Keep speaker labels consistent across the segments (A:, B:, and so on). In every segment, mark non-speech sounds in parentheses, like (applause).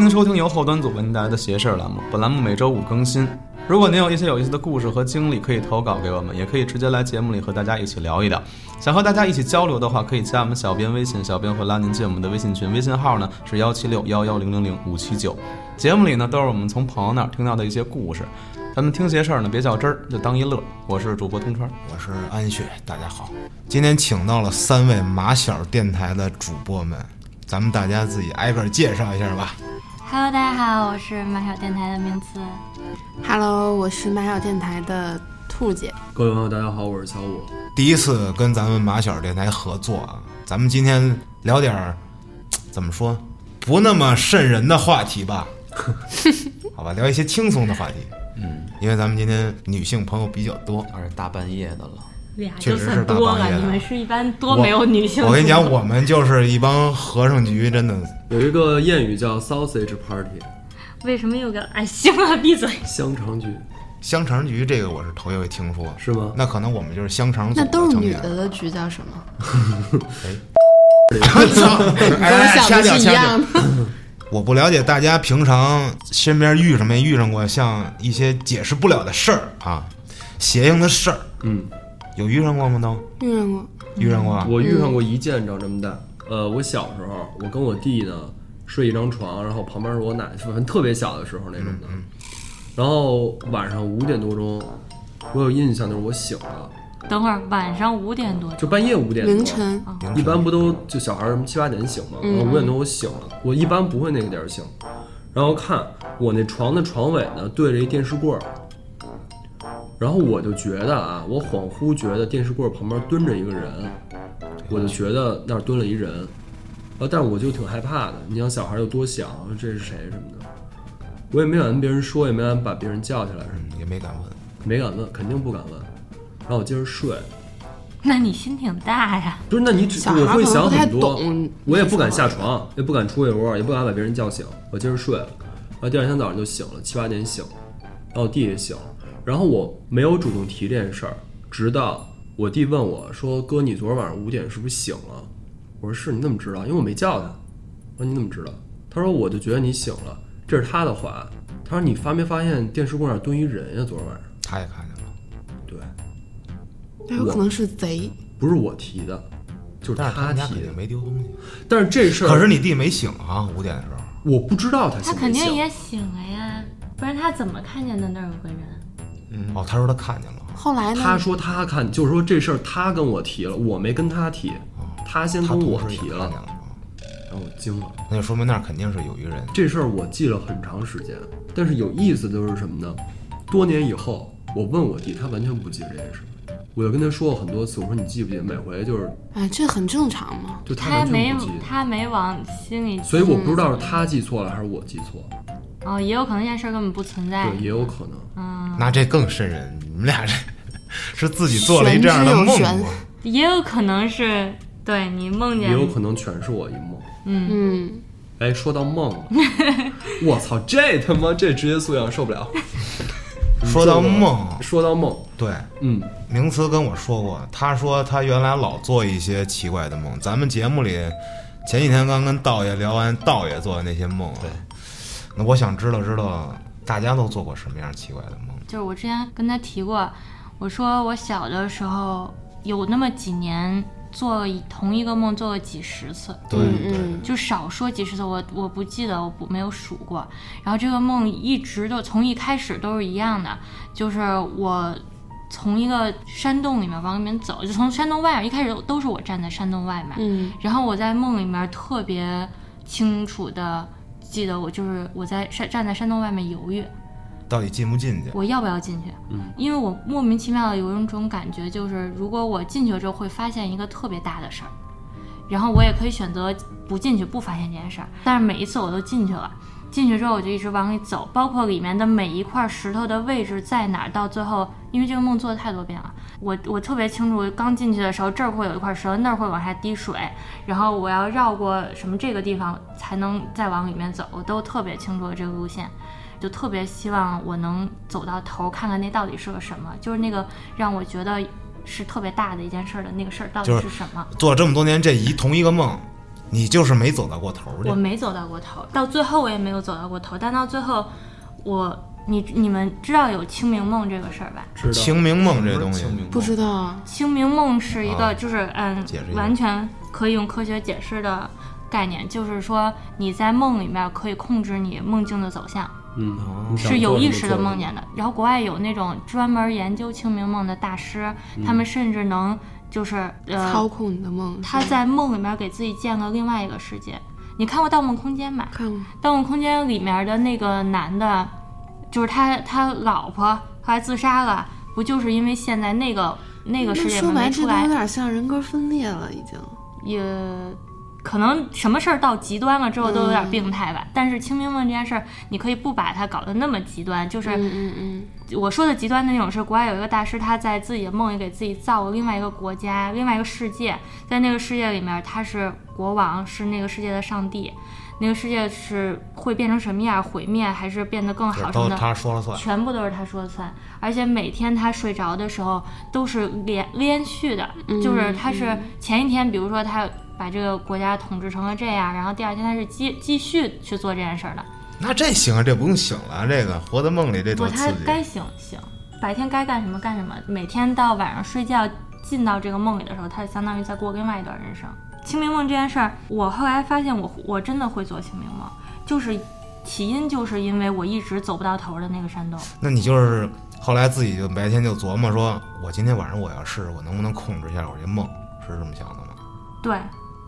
A: 迎收听由后端组为您带来的“邪事儿”栏目，本栏目每周五更新。如果您有一些有意思的故事和经历，可以投稿给我们，也可以直接来节目里和大家一起聊一聊。想和大家一起交流的话，可以加我们小编微信，小编会拉您进我们的微信群，微信号呢是幺七六幺幺零零零五七九。节目里呢都是我们从朋友那儿听到的一些故事，咱们听邪事儿呢别较真儿，就当一乐。我是主播东川，
B: 我是安旭，大家好。今天请到了三位马小电台的主播们，咱们大家自己挨个介绍一下吧。
C: Hello，大家好，我是马小电台的名次。
D: Hello，我是马小电台的兔姐。
E: 各位朋友，大家好，我是小五。
B: 第一次跟咱们马小电台合作啊，咱们今天聊点儿怎么说不那么瘆人的话题
E: (laughs)
B: 吧？好吧，聊一些轻松的话题。嗯，因为咱们今天女性朋友比较多，
F: 而大半夜的了，
C: 俩
B: 确实是大半夜的。
C: 是一般多
B: 我
C: 性
B: 我跟你讲，我们就是一帮和尚局，真的。
E: 有一个谚语叫 “sausage party”，
C: 为什么又个哎，行了，闭嘴。
E: 香肠局
B: 香肠局这个我是头一回听说，
E: 是吗？
B: 那可能我们就是香肠组
D: 那都是
B: 成
D: 女
B: 员。
D: 的的局叫什么？
B: 我操！ (laughs) 哎
D: 我
B: 哎，
D: 想
B: 掐
D: 的
B: 掉
D: 是一
B: 掐掉。
D: (laughs) 样的。
B: 我不了解大家平常身边遇上没遇上过像一些解释不了的事儿啊，邪性的事儿，
E: 嗯，
B: 有遇上过吗？都
D: 遇上过，
B: 遇上过啊？
E: 我遇上过一件长这么大。呃，我小时候，我跟我弟呢睡一张床，然后旁边是我奶，反正特别小的时候那种的。然后晚上五点多钟，我有印象就是我醒了，
C: 等会儿晚上五点多，
E: 就半夜五点多
D: 凌晨嗯
B: 凌
E: 一
B: 晨
E: 般不都就小孩儿什么七八点醒嘛，然后五点多我醒了，我一般不会那个点儿醒，然后看我那床的床尾呢对着一电视柜儿，然后我就觉得啊，我恍惚觉得电视柜儿旁边蹲着一个人，我就觉得那儿蹲了一人，然后但是我就挺害怕的，你想小孩儿又多想，这是谁什么的，我也没敢跟别人说，也没敢把别人叫起来什么
B: 也没敢问。
E: 的，没敢问，肯定不敢问，然后我接着睡，
C: 那你心挺大呀。
E: 不是，那你只
D: 小孩
E: 我
D: 儿
E: 会
D: 可能
E: 想
D: 不太
E: 很多
D: 懂，
E: 我也不敢下床，也不敢出被窝，也不敢把别人叫醒，我接着睡了。然后第二天早上就醒了，七八点醒，然后我弟也醒了。然后我没有主动提这件事儿，直到我弟问我说：“哥，你昨儿晚上五点是不是醒了？”我说：“是，你怎么知道？因为我没叫他。”我说：“你怎么知道？”他说：“我就觉得你醒了。”这是他的话。他说：“你发没发现电视柜上蹲一人啊呀、昨儿晚上
B: 他也看见了，？”
E: 对，
D: 那有可能是贼。
E: 不是我提的，就是
B: 但是他
E: 他
B: 们家
E: 提
B: 肯
E: 的
B: 定。没丢东西。
E: 但是这事儿，
B: 可是你弟没醒啊，五点的时候。
E: 我不知道他
C: 他
E: 醒
C: 肯
E: 没
C: 定
E: 醒。
C: 也醒了呀，不然他怎么看见的那儿有个人？
B: 哦，他说他看见了。
D: 后来
E: 他
D: 呢？
E: 说他看，就是说这事儿他跟我提了，我没跟他提，他先
B: 哦他
E: 跟
B: 同
E: 我
B: 时也
E: 提
B: 看见
E: 了，
B: 了啊，
E: 然后我惊了。
B: 那就说明那儿肯定是有一人。
E: 这事儿我记了很长时间，但是有意思的就是什么呢？多年以后，我问我弟，他完全不记得这件事儿。我就跟他说过很多次，我说你记不记得？每回就是
D: 哎，这很正常嘛。
E: 就他
C: 他
E: 完
C: 没
E: 全不记得，
C: 他没往心里记，
E: 所以我不知道是他记错了还是我记错，
C: 哦，也有可能这件事儿根本不存在
E: 对，。也有可能。
C: 嗯，
B: 那这更瘆人，你们俩这是 (laughs) 自己做了一这样的
D: 玄
B: 梦啊
D: 之又玄
B: 吗？
C: 也有可能是对你梦见
E: 也有可能全是我一梦。
D: 嗯，
E: 哎，说到梦了， (laughs) 我操，这他妈这职业素养受不了。
B: 说到梦，
E: 说到梦，
B: 对，
E: 嗯，
B: 名词跟我说过，他说他原来老做一些奇怪的梦。咱们节目里前几天刚跟道爷聊完道爷做的那些梦、对，那我想知道知道大家都做过什么样奇怪的梦？
C: 就是我之前跟他提过，我说我小的时候有那么几年做同一个梦做了几十次，
B: 对对，
C: 就少说几十次，我我不记得，我不没有数过。然后这个梦一直都从一开始都是一样的，就是我从一个山洞里面往里面走，就从山洞外面，一开始都是我站在山洞外面，
D: 嗯，
C: 然后我在梦里面特别清楚的记得，我就是我在山站在山洞外面犹豫，
B: 到底进不进去？
C: 我要不要进去？
E: 嗯，
C: 因为我莫名其妙的有一种感觉，就是如果我进去了之后会发现一个特别大的事儿，然后我也可以选择不进去，不发现这件事儿。但是每一次我都进去了，进去之后我就一直往里走，包括里面的每一块石头的位置在哪儿，到最后，因为这个梦做了太多遍了，我我特别清楚，刚进去的时候这儿会有一块石头，那儿会往下滴水，然后我要绕过什么这个地方才能再往里面走，我都特别清楚这个路线。就特别希望我能走到头，看看那到底是个什么，就是那个让我觉得是特别大的一件事儿的那个事儿到底
B: 就是
C: 是什么。
B: 做了这么多年这一同一个梦，你就是没走到过头儿去
C: 我。没走到过头，到最后我也没有走到过头，但到最后，我你你们知道有清明梦这个事儿吧？
E: 知道。
B: 清明梦这东西，
A: 清明梦
D: 不知道，
C: 清明梦是一
B: 啊
C: 个，就是、嗯
B: 解释一，下
C: 完全可以用科学解释的概念，就是说你在梦里面可以控制你梦境的走向，
E: 嗯，你想
C: 是有
E: 做
C: 意
E: 什
C: 识
E: 么做
C: 的
E: 什么
C: 梦见的。然后国外有那种专门研究清明梦的大师，他们甚至能就是
D: 操
C: 呃，
D: 控你的梦。
C: 他在梦里面给自己建个另外一个世界。你看过《盗梦空间》吧？
D: 看过，
C: 《盗梦空间》里面的那个男的，就是他他老婆后来自杀了，不就是因为现在那个那个
D: 那
C: 世界
D: 说
C: 没
D: 白这
C: 出
D: 都有
C: 来，
D: 点像人格分裂了，已经。
C: 也可能什么事儿到极端了之后都有
D: 嗯
C: 点病态吧。但是清明梦这件事儿，你可以不把它搞得那么极端，就是
D: 嗯嗯嗯，
C: 我说的极端的那种是，国外有一个大师，他在自己的梦里给自己造了另外一个国家、另外一个世界，在那个世界里面，他是国王，是那个世界的上帝，那个世界是会变成什么样，毁灭还是变得更
B: 就是
C: 好什
B: 都
C: 么
B: 他
C: 的，
B: 说了算。
C: 全部都是他说了算。而且每天他睡着的时候都是连连续的，就是他是前一天，比如说他把这个国家统治成了这样，然后第二天他是继继续去做这件事儿的。
B: 那这行啊，这不用醒了，这个活在梦里这
C: 不，
B: 多
C: 他
B: 刺激。啊
C: 该醒醒，白天该干什么干什么，每天到晚上睡觉进到这个梦里的时候，他相当于在过另外一段人生。清明梦这件事儿，我后来发现我我真的会做清明梦，就是起因就是因为我一直走不到头的那个山洞。
B: 那你就是后来自己就白天就琢磨说，我今天晚上我要试试，我能不能控制一下我这梦，是这么想的吗？
C: 对，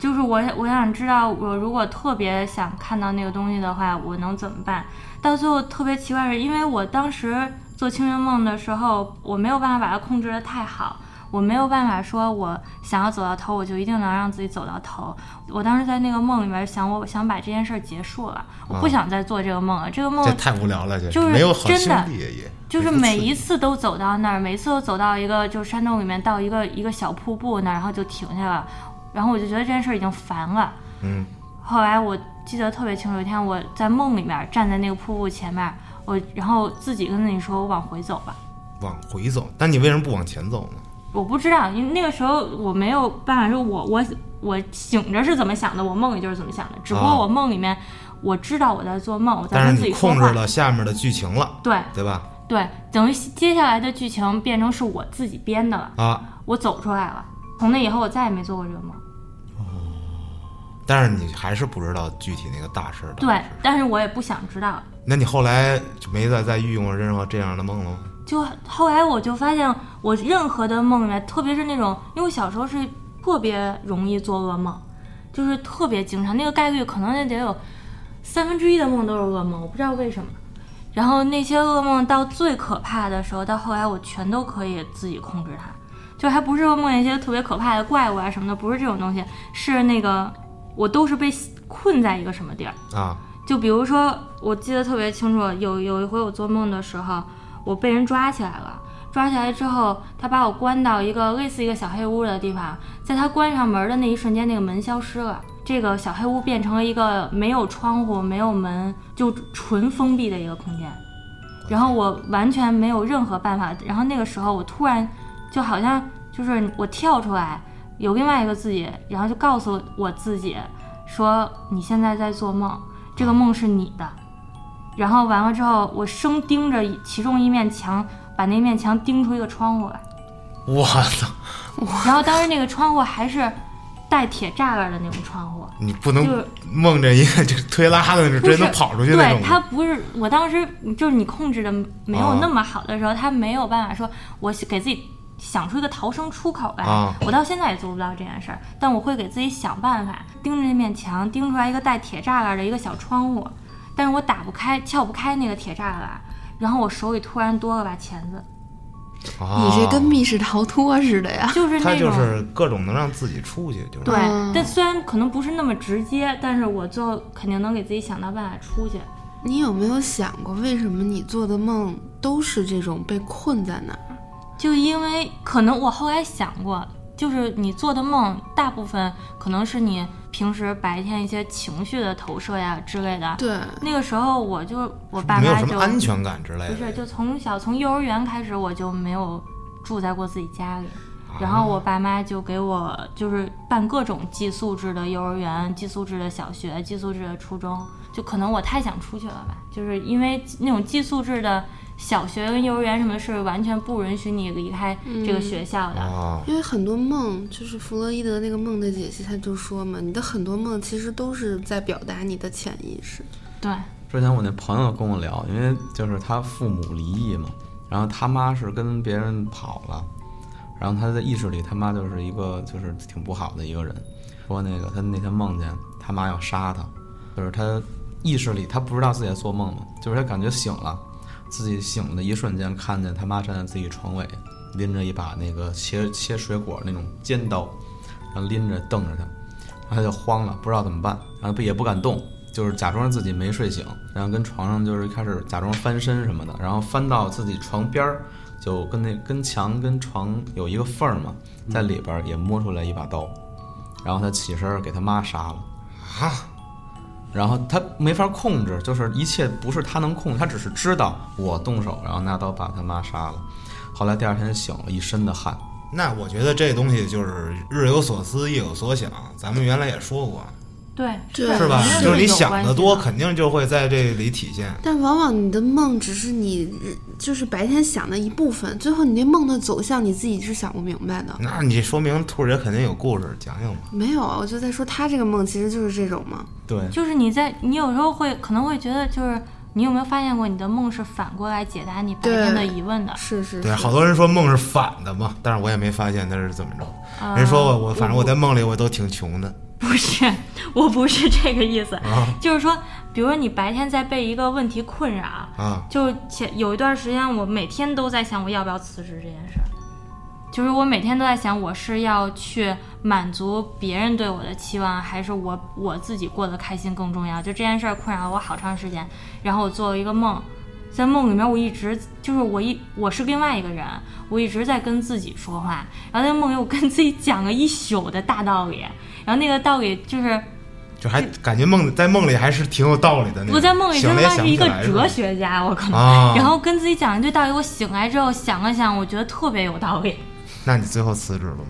C: 就是我我想知道，我如果特别想看到那个东西的话，我能怎么办？到最后特别奇怪的是，因为我当时做清明梦的时候，我没有办法把它控制的太好。我没有办法说，我想要走到头，我就一定能让自己走到头。我当时在那个梦里面想，我想把这件事儿结束了，我不想再做这个梦了。这个梦
B: 这太无聊了，这
C: 哦就是
B: 没有好
C: 真
B: 兄
C: 的
B: 弟也，
C: 就是
B: 不刺
C: 每
B: 激
C: 一次都走到那儿，每一次都走到一个就是山洞里面，到一个一个小瀑布那儿，然后就停下了。然后我就觉得这件事儿已经烦了。
B: 嗯，
C: 后来我记得特别清楚，有一天我在梦里面站在那个瀑布前面，我然后自己跟自己说，我往回走吧。
B: 往回走，但你为什么不往前走呢？
C: 我不知道，因为那个时候我没有办法说我我我醒着是怎么想的，我梦里就是怎么想的。只不
B: 啊
C: 过我梦里面我知道我在做梦，我在
B: 但
C: 跟
B: 是
C: 自
B: 你
C: 己说
B: 控制
C: 话。
B: 了下面的剧情了，
C: 对
B: 对吧？
C: 对，等于接下来的剧情变成是我自己编的了。
B: 啊，
C: 我走出来了。从那以后，我再也没做过这个梦。
B: 但是你还是不知道具体那个大事儿到底
C: 对
B: 是，
C: 但是我也不想知道。
B: 那你后来就没再再遇用过任何这样的梦了吗？
C: 就后来我就发现，我任何的梦里面，特别是那种，因为我小时候是特别容易做噩梦，就是特别经常，那个概率可能也得有三分之一的梦都是噩梦，我不知道为什么。然后那些噩梦到最可怕的时候，到后来我全都可以自己控制它，就还不是梦见一些特别可怕的怪物啊什么的，不是这种东西，是那个我都是被困在一个什么地儿。 (laughs)
B: 啊，
C: 就比如说，我记得特别清楚，有有一回我做梦的时候，我被人抓起来了。抓起来之后，他把我关到一个类似一个小黑屋的地方，在他关上门的那一瞬间，那个门消失了，这个小黑屋变成了一个没有窗户、没有门，就纯封闭的一个空间。然后我完全没有任何办法。然后那个时候，我突然就好像就是我跳出来，有另外一个自己，然后就告诉我自己说：“你现在在做梦，这个梦是你的。”然后完了之后，我生盯着其中一面墙，把那面墙盯出一个窗户来。
B: 我操，
C: 然后当时那个窗户还是带铁栅栏的那种窗户，
B: 你不
C: 就是
B: 能梦着一个就是推拉的，就直
C: 不是
B: 接能跑出去那
C: 对
B: 种。啊
C: 他不是，我当时就是你控制的没有那么好的时候，他没有办法说，我给自己想出一个逃生出口来。
B: 啊
C: 我到现在也做不到这件事儿，但我会给自己想办法，盯着那面墙，盯出来一个带铁栅栏的一个小窗户，但是我打不开，撬不开那个铁栅栏，然后我手里突然多了把钳子，
B: 啊
D: 你这跟密室逃脱似的呀。
C: 就是
B: 他
C: 那
B: 就
C: 种。
B: 是各种能让自己出去，就是
C: 对
D: 嗯，
C: 但虽然可能不是那么直接，但是我最后肯定能给自己想到办法出去。
D: 你有没有想过，为什么你做的梦都是这种被困在那儿？
C: 就因为可能我后来想过，就是你做的梦，大部分可能是你平时白天一些情绪的投射呀之类的。
D: 对，
C: 那个时候我就我爸
B: 没有
C: 妈
B: 什
C: 就
B: 么安全感之类
C: 不是，
B: 的。啊
C: 就从小从幼儿园开始我就没有住在过自己家里，然后我爸妈就给我就是办各种寄宿制的幼儿园、寄宿制的小学、寄宿制的初中，就可能我太想出去了吧，就是因为那种寄宿制的小学跟幼儿园什么是完全不允许你离开这个学校的。
B: 哦，
D: 因为很多梦，就是弗洛伊德那个梦的解析，他就说嘛，你的很多梦其实都是在表达你的潜意识。
C: 对，
A: 之前我那朋友跟我聊，因为就是他父母离异嘛，然后他妈是跟别人跑了，然后他在意识里他妈就是一个就是挺不好的一个人，说那个他那天梦见他妈要杀他，就是他意识里他不知道自己在做梦嘛，就是他感觉醒了，自己醒的一瞬间看见他妈站在自己床尾，拎着一把那个切切水果那种尖刀，然后拎着瞪着他，然后他就慌了，不知道怎么办，然后也不敢动，就是假装自己没睡醒，然后跟床上就是开始假装翻身什么的，然后翻到自己床边儿，就跟那跟墙跟床有一个缝儿嘛，在里边儿也摸出来一把刀，然后他起身给他妈杀了。
B: 啊，
A: 然后他没法控制，就是一切不是他能控，制，他只是知道我动手，然后拿刀把他妈杀了。后来第二天醒了，一身的汗。
B: 那我觉得这东西就是日有所思，夜有所想。咱们原来也说过，
C: 对，
D: 对
B: 是吧
C: 肯定？
B: 就是你
C: 有
B: 想
C: 关
B: 的
C: 系
B: 多，肯定就会在这里体现。
D: 但往往你的梦只是你日就是白天想的一部分，最后你那梦的走向你自己是想不明白的。
B: 那你说明兔儿姐肯定有故事，讲讲吧。
D: 没有，啊，我就在说他这个梦其实就是这种嘛。
A: 对，
C: 就是你在你有时候会可能会觉得，就是你有没有发现过你的梦是反过来解答你白天的
D: 对
C: 疑问的？
D: 是是
B: 对，啊
D: 是，
B: 好多人说梦是反的嘛，但是我也没发现它是怎么着。
C: 啊
B: 人说我我反正我在梦里我都挺穷的
C: 不是，我不是这个意思，
B: 啊
C: 就是说，比如说你白天在被一个问题困扰，
B: 啊
C: 就前有一段时间，我每天都在想我要不要辞职这件事儿，就是我每天都在想我是要去满足别人对我的期望，还是我我自己过得开心更重要？就这件事儿困扰我好长时间，然后我做了一个梦。在梦里面，我一直就是我一我是另外一个人，我一直在跟自己说话，然后在梦里我跟自己讲了一宿的大道理，然后那个道理就是
B: 就还感觉梦在梦里还是挺有道理的那种。
C: 我在梦里
B: 醒了
C: 真的
B: 也
C: 像
B: 想
C: 是
B: 不
C: 一
B: 起
C: 个
B: 来是吧
C: 哲学家，我可能。
B: 啊。
C: 然后跟自己讲一堆道理，我醒来之后想了想，我觉得特别有道理。
B: 那你最后辞职了吗？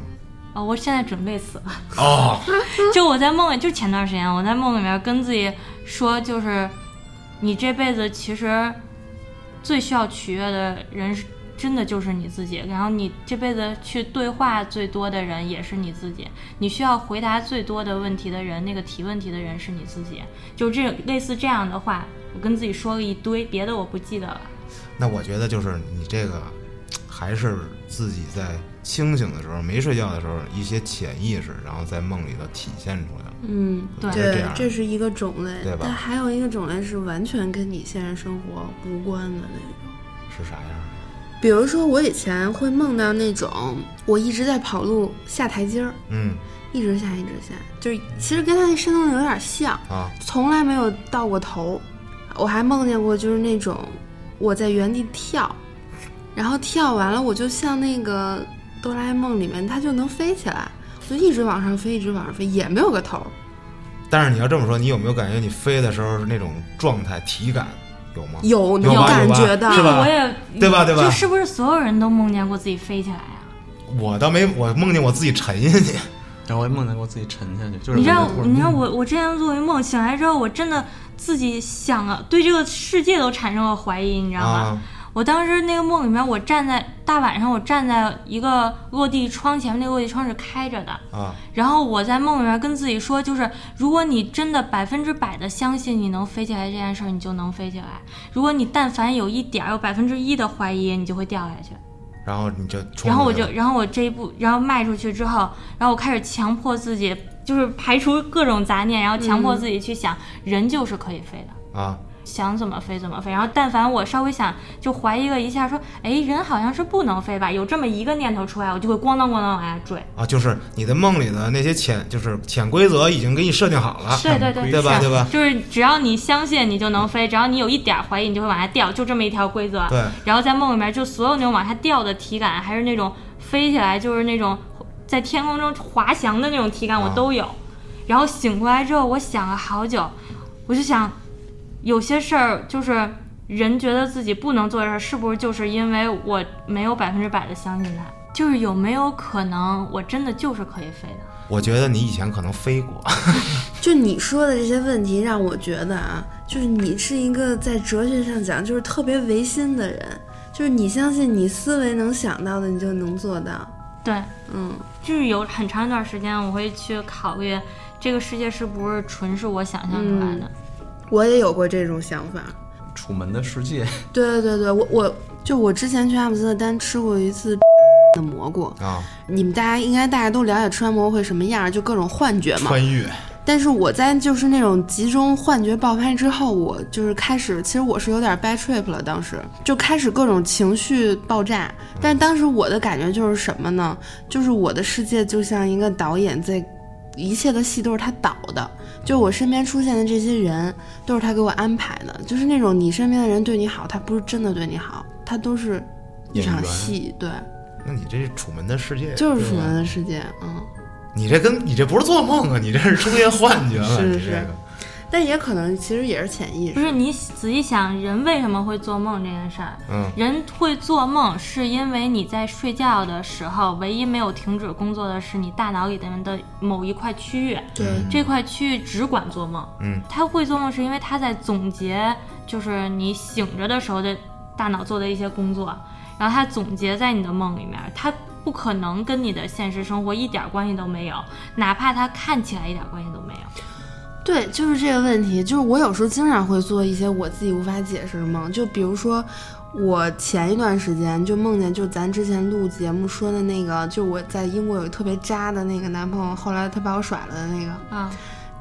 C: 啊、我现在准备死了。
B: 哦，
C: (laughs) 就我在梦里，就前段时间我在梦里面跟自己说，就是你这辈子其实最需要取悦的人是，真的就是你自己。然后你这辈子去对话最多的人也是你自己，你需要回答最多的问题的人，那个提问题的人是你自己。就这类似这样的话，我跟自己说了一堆，别的我不记得了。
B: 那我觉得就是你这个还是自己在清醒的时候、没睡觉的时候一些潜意识，然后在梦里头体现出来了。
D: 嗯，
C: 对
B: 我觉得这
D: 对
B: 样，
D: 这是一个种类
B: 对吧，
D: 但还有一个种类是完全跟你现实生活无关的那种。
B: 是啥样的？
D: 比如说，我以前会梦到那种我一直在跑路下台阶儿，
B: 嗯
D: 一直下一直下，就是其实跟他那山洞有点像，
B: 啊，
D: 从来没有到过头。我还梦见过就是那种我在原地跳，然后跳完了我就像那个哆啦 A 梦里面它就能飞起来，我就一直往上飞，一直往上飞，也没有个头儿。
B: 但是你要这么说，你有没有感觉你飞的时候是那种状态、体感有吗？
D: 有
B: 有
D: 能
B: 吧
D: 感
B: 有吧
D: 觉到，
B: 是吧
C: 我也
B: 啊对吧对吧
C: 就是不是所有人都梦见过自己飞起来啊？
B: 我倒没，我梦见我自己沉下去。
A: 然后我也梦见过自己沉下去，就是
C: 你知道
A: 我就突，然
C: 你
B: 嗯
C: 知道我我之前做一梦，醒来之后，我真的自己想了，对这个世界都产生了怀疑，你知道吗？
B: 啊
C: 我当时那个梦里面，我站在大晚上，我站在一个落地窗前面，那个落地窗是开着的。
B: 啊！
C: 然后我在梦里面跟自己说，就是如果你真的百分之百的相信你能飞起来这件事儿，你就能飞起来；如果你但凡有一点儿有百分之一的怀疑，你就会掉下去。
B: 然后你就冲
C: 然后我
B: 出去
C: 就，
B: 了
C: 然后我这一步，然后迈出去之后，然后我开始强迫自己，就是排除各种杂念，然后强迫自己去想，人就是可以飞的，
B: 啊，
C: 想怎么飞怎么飞。然后但凡我稍微想，就怀疑了一下，说，哎，人好像是不能飞吧？有这么一个念头出来，我就会咣当咣当往下坠。
B: 啊，就是你的梦里的那些潜，就是潜规则已经给你设定好了，
C: 对对对，
B: 啊对吧
C: 是啊
B: 对吧
C: 就是只要你相信，你就能飞；只要你有一点儿怀疑，你就会往下掉，就这么一条规则。
B: 对
C: 然后在梦里面，就所有那种往下掉的体感，还是那种飞起来，就是那种在天空中滑翔的那种体感，我
B: 啊
C: 都有。然后醒过来之后，我想了好久，我就想，有些事儿就是人觉得自己不能做的事儿，是不是就是因为我没有百分之百的相信它？就是有没有可能我真的就是可以飞的？
B: 我觉得你以前可能飞过， (laughs)
D: 就你说的这些问题，让我觉得啊，就是你是一个在哲学上讲就是特别唯心的人，就是你相信你思维能想到的，你就能做到。
C: 对，
D: 嗯，
C: 就是有很长一段时间，我会去考虑这个世界是不是纯是我想象出来的。
D: 我也有过这种想法。
A: 楚门的世界， (laughs)
D: 对对对对，我我就我之前去阿姆斯特丹吃过一次的蘑菇，
B: 啊，
D: 你们大家应该大家都了解吃完蘑菇会什么样，就各种幻觉嘛。
B: 穿越
D: 但是我在就是那种集中幻觉爆发之后，我就是开始，其实我是有点 bad trip 了，当时就开始各种情绪爆炸。但当时我的感觉就是什么呢？就是我的世界就像一个导演在，一切的戏都是他导的，就我身边出现的这些人都是他给我安排的，就是那种你身边的人对你好，他不是真的对你好，他都是一
A: 演
D: 场
A: 员
D: 戏，对，
B: 那你这是楚门的世界，
D: 就是
B: 对
D: 楚
B: 吧
D: 门的世界，嗯。
B: 你这跟你这不是做梦啊，你这是出现幻觉了，
D: 是
B: 你
D: 是
B: 这个
D: 但也可能其实也是潜意识，
C: 不是你仔细想，人为什么会做梦这件事儿？
B: 嗯，
C: 人会做梦是因为你在睡觉的时候，唯一没有停止工作的是你大脑里的的某一块区域，
D: 对，
C: 这块区域只管做梦。
B: 嗯，
C: 他会做梦是因为他在总结，就是你醒着的时候的大脑做的一些工作，然后他总结在你的梦里面，他不可能跟你的现实生活一点关系都没有，哪怕他看起来一点关系都没有。
D: 对，就是这个问题。就是我有时候经常会做一些我自己无法解释的梦，就比如说，我前一段时间就梦见，就咱之前录节目说的那个，就我在英国有一特别渣的那个男朋友，后来他把我甩了的那个。
C: 啊、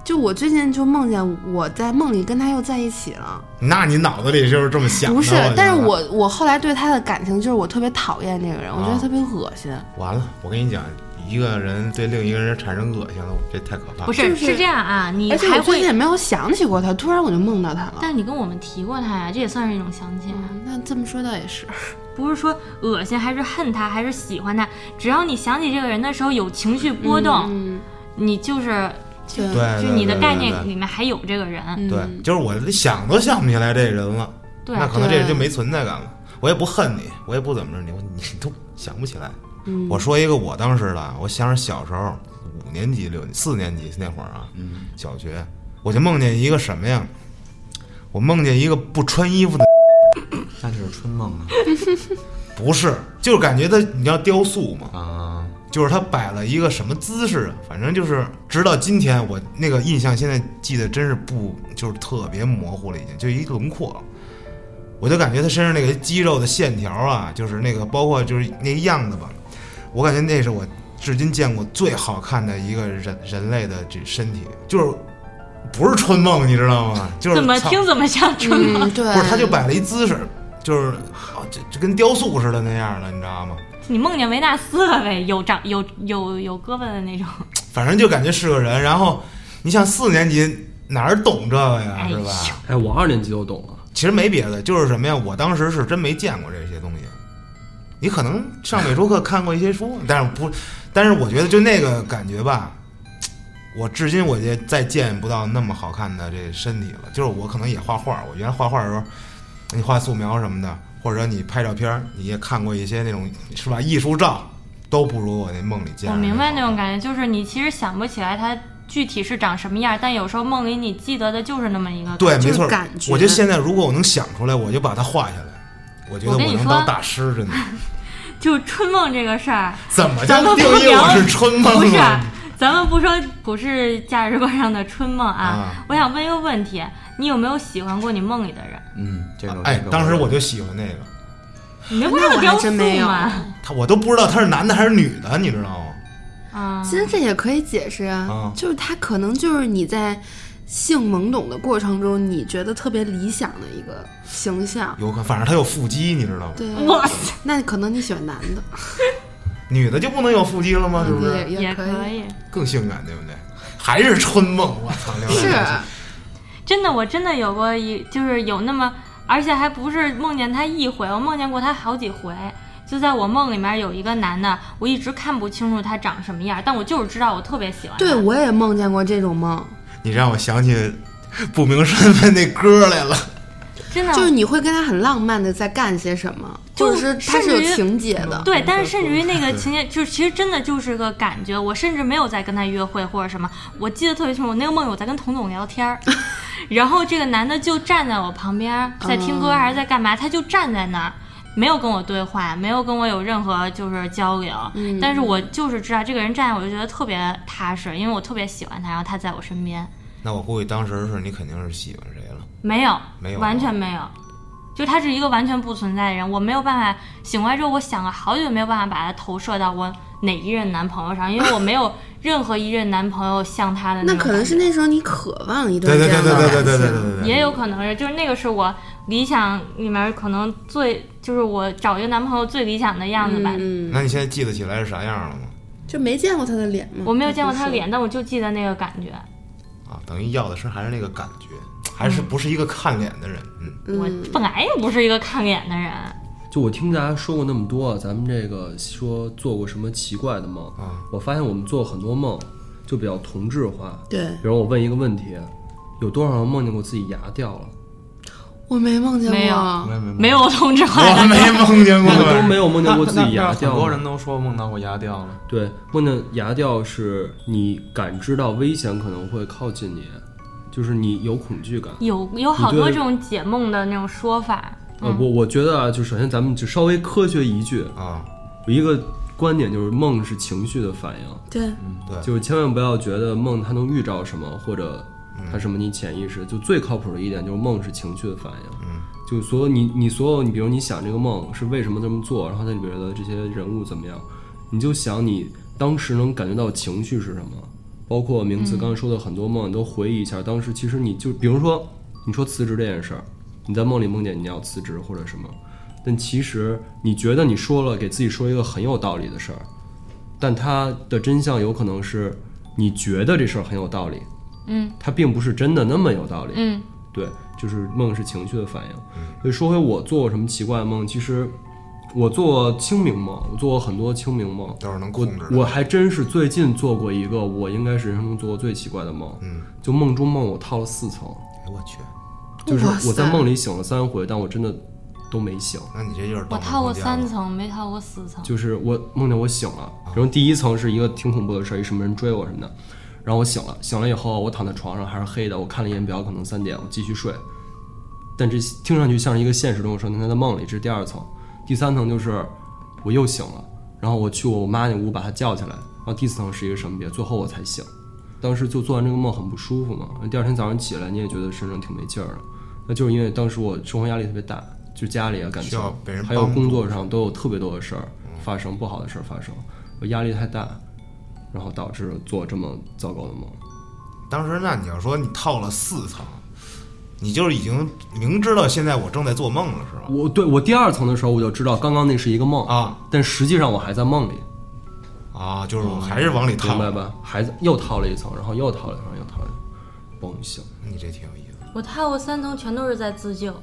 D: 就我最近就梦见我在梦里跟他又在一起了，
B: 那你脑子里就是这么想的，
D: 不是
B: 我觉得，
D: 但是我我后来对他的感情就是我特别讨厌这个人，我觉得
B: 啊
D: 特别恶心。
B: 完了，我跟你讲，一个人对另一个人产生恶心了，这太可怕了。
C: 不是、
D: 就是
C: 这样啊，你
D: 而且我
C: 还
D: 最近也
C: 会，
D: 没有想起过他，突然我就梦到他了。
C: 但你跟我们提过他呀、这也算是一种相亲啊。
D: 嗯那这么说倒也是，
B: 嗯
C: 不是说恶心还是恨他还是喜欢他，只要你想起这个人的时候有情绪波动，
D: 嗯，
C: 你就是
D: 对
B: 对，对
C: 就是你的
B: 对
C: 概
B: 对
C: 念
B: 对
C: 里面还有这个人，
B: 对，就是我想都想不起来这人了，
C: 对
B: 那可能这人
D: 对
B: 就没存在感了。我也不恨你，我也不怎么着你，我你都想不起来。我说一个我当时的啊，我想想小时候五年级、六四年级那会儿啊，小学，我就梦见一个什么呀？我梦见一个不穿衣服的，
A: 那就是春梦啊。
B: 不是，就是感觉他你知道雕塑吗？
A: 啊，
B: 就是他摆了一个什么姿势啊，反正就是直到今天我那个印象现在记得真是不就是特别模糊了，已经就一轮廓，我就感觉他身上那个肌肉的线条啊，就是那个包括就是那个样子吧，我感觉那是我至今见过最好看的一个人人类的这身体，就是不是春梦，你知道
C: (laughs)
B: 吗？就是
C: 怎么
B: 操
C: 听怎么像春梦。
D: 嗯，
C: (laughs)
D: 对，
B: 不是，他就摆了一姿势，就是啊，这这跟雕塑似的那样的，你知道吗？
C: 你梦见维纳斯了呗？有长有有有胳膊的那种，
B: 反正就感觉是个人。然后你想四年级哪儿懂这个呀，是吧？
C: 哎呦
E: 哎，我二年级就懂了，
B: 其实没别的，就是什么呀？我当时是真没见过这些东西。你可能上美术课看过一些书，但是不，但是我觉得就那个感觉吧，我至今我也再见不到那么好看的这身体了。就是我可能也画画，我原来画画的时候，你画素描什么的，或者你拍照片儿，你也看过一些那种是吧艺术照，都不如啊我那梦里见。
C: 我明白那种感觉，就是你其实想不起来他具体是长什么样，但有时候梦里你记得的啊就是那么一个。
B: 对，
D: 就是
B: 没错儿。
D: 感觉
B: 我觉得现在如果我能想出来，我就把它画下来。我觉得
C: 我
B: 我
C: 跟你
B: 能
C: 说
B: 当大师，
C: (laughs)
B: 真的。
C: 就是春梦这个事儿，
B: 怎么
C: 咱
B: 就
C: 们
B: 定
C: 不
B: 义我
C: 聊
B: 是春梦
C: (laughs) 不是啊
B: 了？，
C: 咱们不说不是价值观上的春梦啊，
B: 啊
C: 我想问一个问题：你有没有喜欢过你梦里的人？
A: 嗯，这种
B: 哎
A: 这，种
B: 当时我就喜欢那个，
C: 你那不
D: 那
C: 是
D: 我还
C: 雕塑
D: 真没有
C: 吗？
B: 他我都不知道他是男的还是女的，你知道吗？嗯
C: 啊，
D: 其实这也可以解释啊，
B: 啊
D: 就是他可能就是你在性懵懂的过程中，你觉得特别理想的一个形象。
B: 有可，反正他有腹肌，你知道吗？
D: 对啊，
C: 哇塞，
D: 那可能你喜欢男的，啊
B: 女的就不能有腹肌了吗？是不是？
D: 也
C: 也
D: 可
C: 可以。
B: 更性感，对不对？还是春梦，我操！聊来
D: 是
B: 聊去
C: 真的，我真的有过一，就是有那么，而且还不是梦见他一回，我梦见过他好几回。就在我梦里面有一个男的，我一直看不清楚他长什么样，但我就是知道我特别喜欢他。
D: 对我也梦见过这种梦。
B: 你让我想起不明身份那歌来了。
C: 真的
D: 就是你会跟他很浪漫的在干些什么，
C: 啊就
D: 或者是他是有情节的。
C: 对，但是甚至于那个情节，就是其实真的就是个感觉。我甚至没有在跟他约会或者什么，我记得特别清楚。我那个梦里我在跟童总聊天儿，然后这个男的就站在我旁边儿，在听歌还是在干嘛，他就站在那儿。没有跟我对话，没有跟我有任何就是交流，但是我就是知道这个人站在，我就觉得特别踏实，因为我特别喜欢他，然后他在我身边，
B: 那我估计当时是你肯定是喜欢谁了，
C: 没有，
B: 没有
C: 完全没有，就他是一个完全不存在的人，我没有办法醒过来之后，我想了好久没有办法把他投射到我哪一任男朋友上，因为我没有任何一任男朋友像他的
D: 那
C: 种
D: 可能是
C: 感
D: 那时候你渴望一
B: 嗯对
D: 段这
B: 对对对
D: 样的
B: 对对
D: 感情，
B: 对对对
C: 觉
B: 对，
C: 也有可能是，就是那个是我理想里面可能最就是我找一个男朋友最理想的样子吧。
D: 嗯，
B: 那你现在记得起来是啥样了吗？
D: 就没见过他的脸吗？
C: 我没有见过他
D: 不
C: 的
D: 是，
C: 脸，但我就记得那个感觉。
B: 啊，等于要的是还是那个感觉，还
E: 嗯
B: 是不是一个看脸的人，
E: (laughs)
B: 嗯，
C: 我本来也不是一个看脸的人，
E: 就我听大家说过那么多，啊咱们这个说做过什么奇怪的梦
B: 啊？
E: 我发现我们做很多梦就比较同质化。
D: 对
E: 比如我问一个问题，有多少人梦见过自己牙掉了？
D: 我没梦见过，
C: 没有
B: 没没
C: 没有同志化
B: 我
C: 的。
B: 没梦见过
E: 我，们都没有梦见过自己牙
A: 那那那
E: 掉
A: 很多
E: 了
A: 人。都说梦到过牙掉了，
E: 对，梦见牙掉是你感知到危险可能会靠近你，就是你有恐惧感。
C: 有有好多
E: 你对
C: 这种解梦的那种说法，
E: 呃，我我觉得啊，就首先咱们就稍微科学一句，
B: 啊，
E: 有一个观点就是梦是情绪的反应，
D: 对，
B: 对
E: 就是千万不要觉得梦它能预兆什么或者它什么你潜意识，就最靠谱的一点就是梦是情绪的反应。嗯，就所有你你所有你比如你想这个梦是为什么这么做，然后它里边的这些人物怎么样，你就想你当时能感觉到情绪是什么，包括名词刚才说的很多梦，你都回忆一下当时其实你就比如说你说辞职这件事儿，你在梦里梦见你要辞职或者什么。但其实你觉得你说了给自己说一个很有道理的事儿，但它的真相有可能是你觉得这事儿很有道理，
C: 嗯，
E: 它并不是真的那么有道理，
C: 嗯
E: 对，就是梦是情绪的反应。
B: 嗯
E: 所以说回我做过什么奇怪的梦，其实我做清明梦，我做过很多清明梦，
B: 都是能控制的。
E: 我还真是最近做过一个我应该是人生中做过最奇怪的梦，
B: 嗯，
E: 就梦中梦我套了四层，
B: 哎我去，
E: 就是
D: 哇塞
E: 我在梦里醒了三回，但我真的都没醒。
B: 那你这就是盗
C: 我
B: 梦
C: 套过
B: 空间了
C: 三层，没套过四层。
E: 就是我梦见我醒了，然后第一层是一个挺恐怖的事儿，一什么人追我什么的，然后我醒了，醒了以后我躺在床上还是黑的，我看了一眼表，可能三点，我继续睡，但这听上去像是一个现实中的事儿，但它在梦里，这是第二层，第三层就是我又醒了，然后我去我妈那屋把她叫起来，然后第四层是一个什么别，最后我才醒，当时就做完这个梦很不舒服嘛，第二天早上起来你也觉得身上挺没劲儿的，那就是因为当时我生活压力特别大，就家里啊感
B: 需
E: 情
B: 要被人
E: 还有
B: 帮助
E: 工作上都有特别多的事儿发生，不好的事儿发生，我压力太大，然后导致做这么糟糕的梦。
B: 当时那你要说你套了四层，你就是已经明知道现在我正在做梦了，是吧？
E: 我对我第二层的时候我就知道刚刚那是一个梦
B: 嗯啊，
E: 但实际上我还在梦里，
B: 啊，就是我还是往里套
E: 嗯明。白吧？还在又套了一层，然后又套了一层，又套了一层，嘣醒。
B: 你这挺有意思的，
C: 我套过三层，全都是在自救，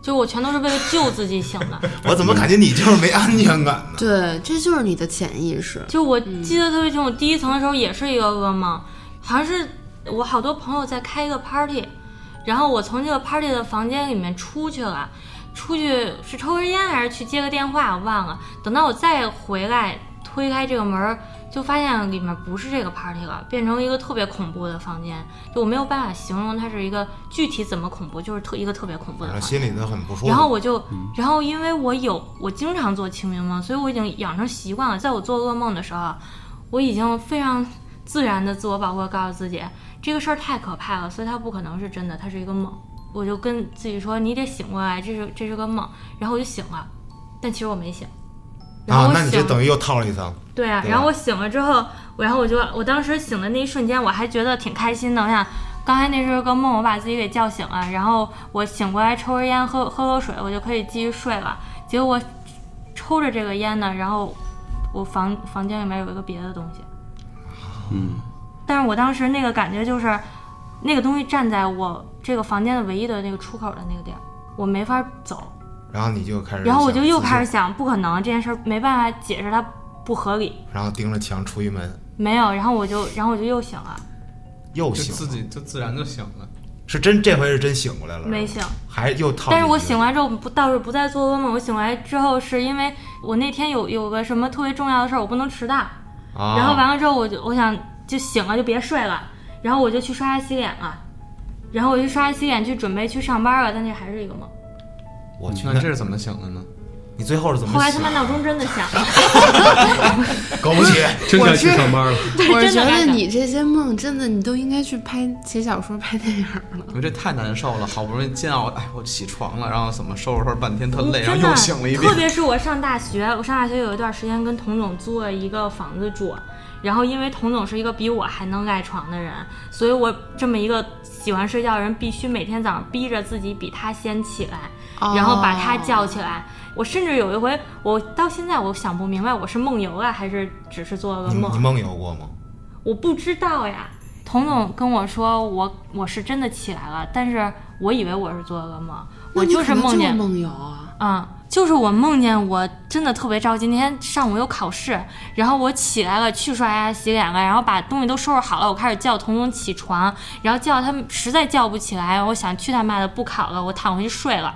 C: 就我全都是为了救自己醒的。
B: 我怎么感觉你就是没安全感
C: (laughs)
B: 呢？
D: 对，这就是你的潜意识。
C: 就我记得特别清楚，第一层的时候也是一个噩梦，好像是我好多朋友在开一个 party，然后我从这个 party 的房间里面出去了，出去是抽根烟还是去接个电话，我忘了。等到我再回来推开这个门儿，就发现里面不是这个 party 了，变成一个特别恐怖的房间，就我没有办法形容它是一个具体怎么恐怖，就是特一个特别恐怖的
B: 反
C: 房
B: 正
C: 间。
B: 心里头很不舒服。
C: 然后我就，
B: 嗯
C: 然后因为我有我经常做清明梦，所以我已经养成习惯了。在我做噩梦的时候，我已经非常自然的自我保护，地告诉自己这个事儿太可怕了，所以它不可能是真的，它是一个梦。我就跟自己说，你得醒过来，这是这是个梦。然后我就醒了，但其实我没醒。然后
B: 啊，
C: 我
B: 那你
C: 醒
B: 这
C: 了
B: 等于又套了一层。
C: 对啊，
B: 对
C: 然
B: 吧
C: 后我醒了之后，然后我就，我当时醒的那一瞬间，我还觉得挺开心的。我想，刚才那是个梦，我把自己给叫醒啊了，然后我醒过来抽根烟，喝喝口水，我就可以继续睡了。结果我抽着这个烟呢，然后我房房间里面有一个别的东西，
E: 嗯，
C: 但是我当时那个感觉就是，那个东西站在我这个房间的唯一的那个出口的那个地儿，我没法走。
B: 然后你就开始，
C: 然后我就又开始，想，不可能，这件事儿没办法解释，它不合理。
B: 然后盯着墙出一门，
C: 没有，然后我就，然后我就又醒了。
B: 又
A: 就
B: 醒了
A: 自己就自然就醒了。
B: 是真这回是真醒过来了，
C: 没醒，
B: 还又套进去了。
C: 但是我醒完之后不倒是不再做噩梦，我醒来之后是因为我那天有有个什么特别重要的事儿，我不能迟到。
B: 啊，
C: 然后完了之后，我就我想就醒了，就别睡了，然后我就去刷牙洗脸了，然后我去刷牙洗脸去准备去上班了，但那还是一个梦。
B: 我去，
A: 那
B: 那
A: 这是怎么醒的呢？
B: 你最后是怎么
C: 后来他
B: 醒
C: 妈闹钟真的响了，
B: 搞不
C: (laughs)
B: 起，
E: 真该去上班了。
C: 对，
D: (laughs) 我
C: 真
D: 觉
C: 的该
D: 得
C: 醒。
D: 你这些梦真的，你都应该去拍写小说、拍电影
C: (laughs)
D: 了。
A: 因为这太难受了，好不容易煎熬，哎，我起床了，然后怎么收拾收拾半天，特
C: 嗯
A: 累，然
C: 真
A: 后
C: 的
A: 又醒了一遍
C: 特。别是我上大学，我上大学有一段时间跟童总租了一个房子住，然后因为童总是一个比我还能赖床的人，所以我这么一个喜欢睡觉的人，必须每天早上逼着自己比他先起来，然后把
D: 哦
C: 他叫起来。我甚至有一回，我到现在我想不明白，我是梦游啊，还是只是做了个
B: 你你
C: 梦？
B: 梦游过吗？
C: 我不知道呀。童总跟我说我我是真的起来了，但是我以为我是做了个梦，我
D: 那你
C: 就
D: 可
C: 是
D: 能
C: 梦见
D: 梦游啊。
C: 嗯，就是我梦见我真的特别着急，那天上午有考试，然后我起来了，去刷牙洗脸了，然后把东西都收拾好了，我开始叫彤彤起床，然后叫他们实在叫不起来，我想去他妈的不考了，我躺回去睡了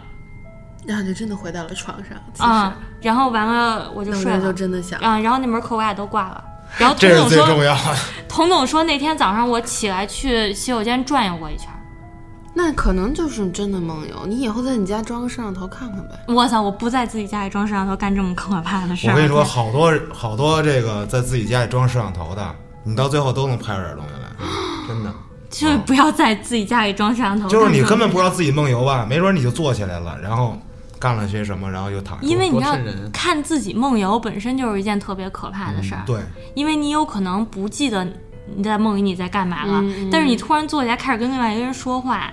D: 然后就真的回到了床上，其
C: 啊、
D: 实
C: 然后完了我就
D: 那
C: 睡
D: 我就
C: 了，
D: 真的想，
C: 啊、然后那门课我俩都挂了，然后童
B: 这是
C: 总
B: 最
C: 说，
B: 重要的。
C: 童总说那天早上我起来去洗手间转悠过一圈儿，
D: 那可能就是真的梦游。你以后在你家装个摄像头看看呗。
C: 我操，我不在自己家里装摄像头干这么可怕的事儿，
B: 我跟你说，好多好多这个在自己家里装摄像头的，你到最后都能拍出点东西来。
A: 真的，
C: 就是不要在自己家里装摄像头，
B: 就是你
C: 干
B: 根
C: 这种
B: 本不知道自己梦游吧，没准你就坐起来了，然后干了些什么，然后又躺下了。
C: 因为你
A: 多
C: 知道
A: 瘆人，
C: 看自己梦游本身就是一件特别可怕的事儿，
B: 嗯对，
C: 因为你有可能不记得你在梦里你在干嘛了，但是你突然坐起来开始跟另外一个人说话，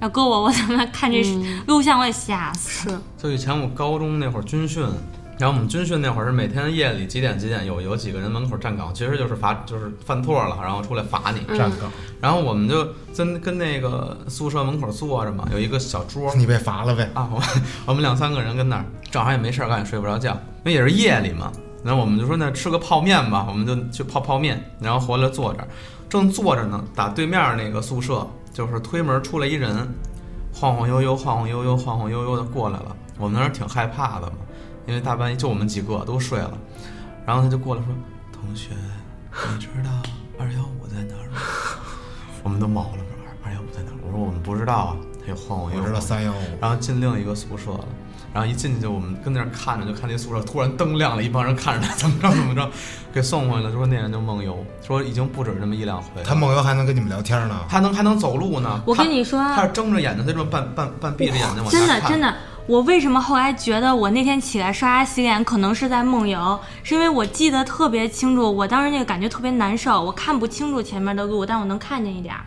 C: 要搁我，我他妈看这录像我也吓死。
D: 是，
A: 就以前我高中那会儿军训，然后我们军训那会儿是每天夜里几点几点有有几个人门口站岗，其实就是罚就是犯错了，然后出来罚你。
D: 嗯
C: 嗯
B: 站岗，
A: 然后我们就跟跟那个宿舍门口坐着嘛，有一个小桌
B: 你被罚了呗。
A: 啊，我我们两三个人跟那儿，正好也没事儿干，也睡不着觉，因为也是夜里嘛。然后我们就说那吃个泡面吧，我们就去泡泡面，然后回来坐这儿，正坐着呢，打对面那个宿舍就是推门出来一人，晃晃悠悠、晃晃悠悠、晃晃悠悠的过来了。我们当时挺害怕的嘛，因为大半夜就我们几个都睡了。然后他就过来说：“同学，你知道二幺五在哪儿吗？” (laughs) 我们都毛了，说：“二幺五在哪儿？”我说：“我们不知道啊。”他就晃晃悠
B: 我
A: 悠，
B: 知道三幺五，
A: 然后进另一个宿舍了，然后一进去我们跟那儿看着，就看那宿舍突然灯亮了，一帮人看着他怎么着怎么着，给送回来了。说那人就梦游，说已经不止这么一两回了，
B: 他梦游还能跟你们聊天呢。
A: 他能还能走路呢。
C: 我跟
A: 他
C: 你说
A: 他是睁着眼睛，他这么半半半闭着眼睛往下
C: 真的
A: 看
C: 真的，我为什么后来觉得我那天起来刷牙洗脸可能是在梦游，是因为我记得特别清楚，我当时那个感觉特别难受，我看不清楚前面的路，但我能看见一点儿。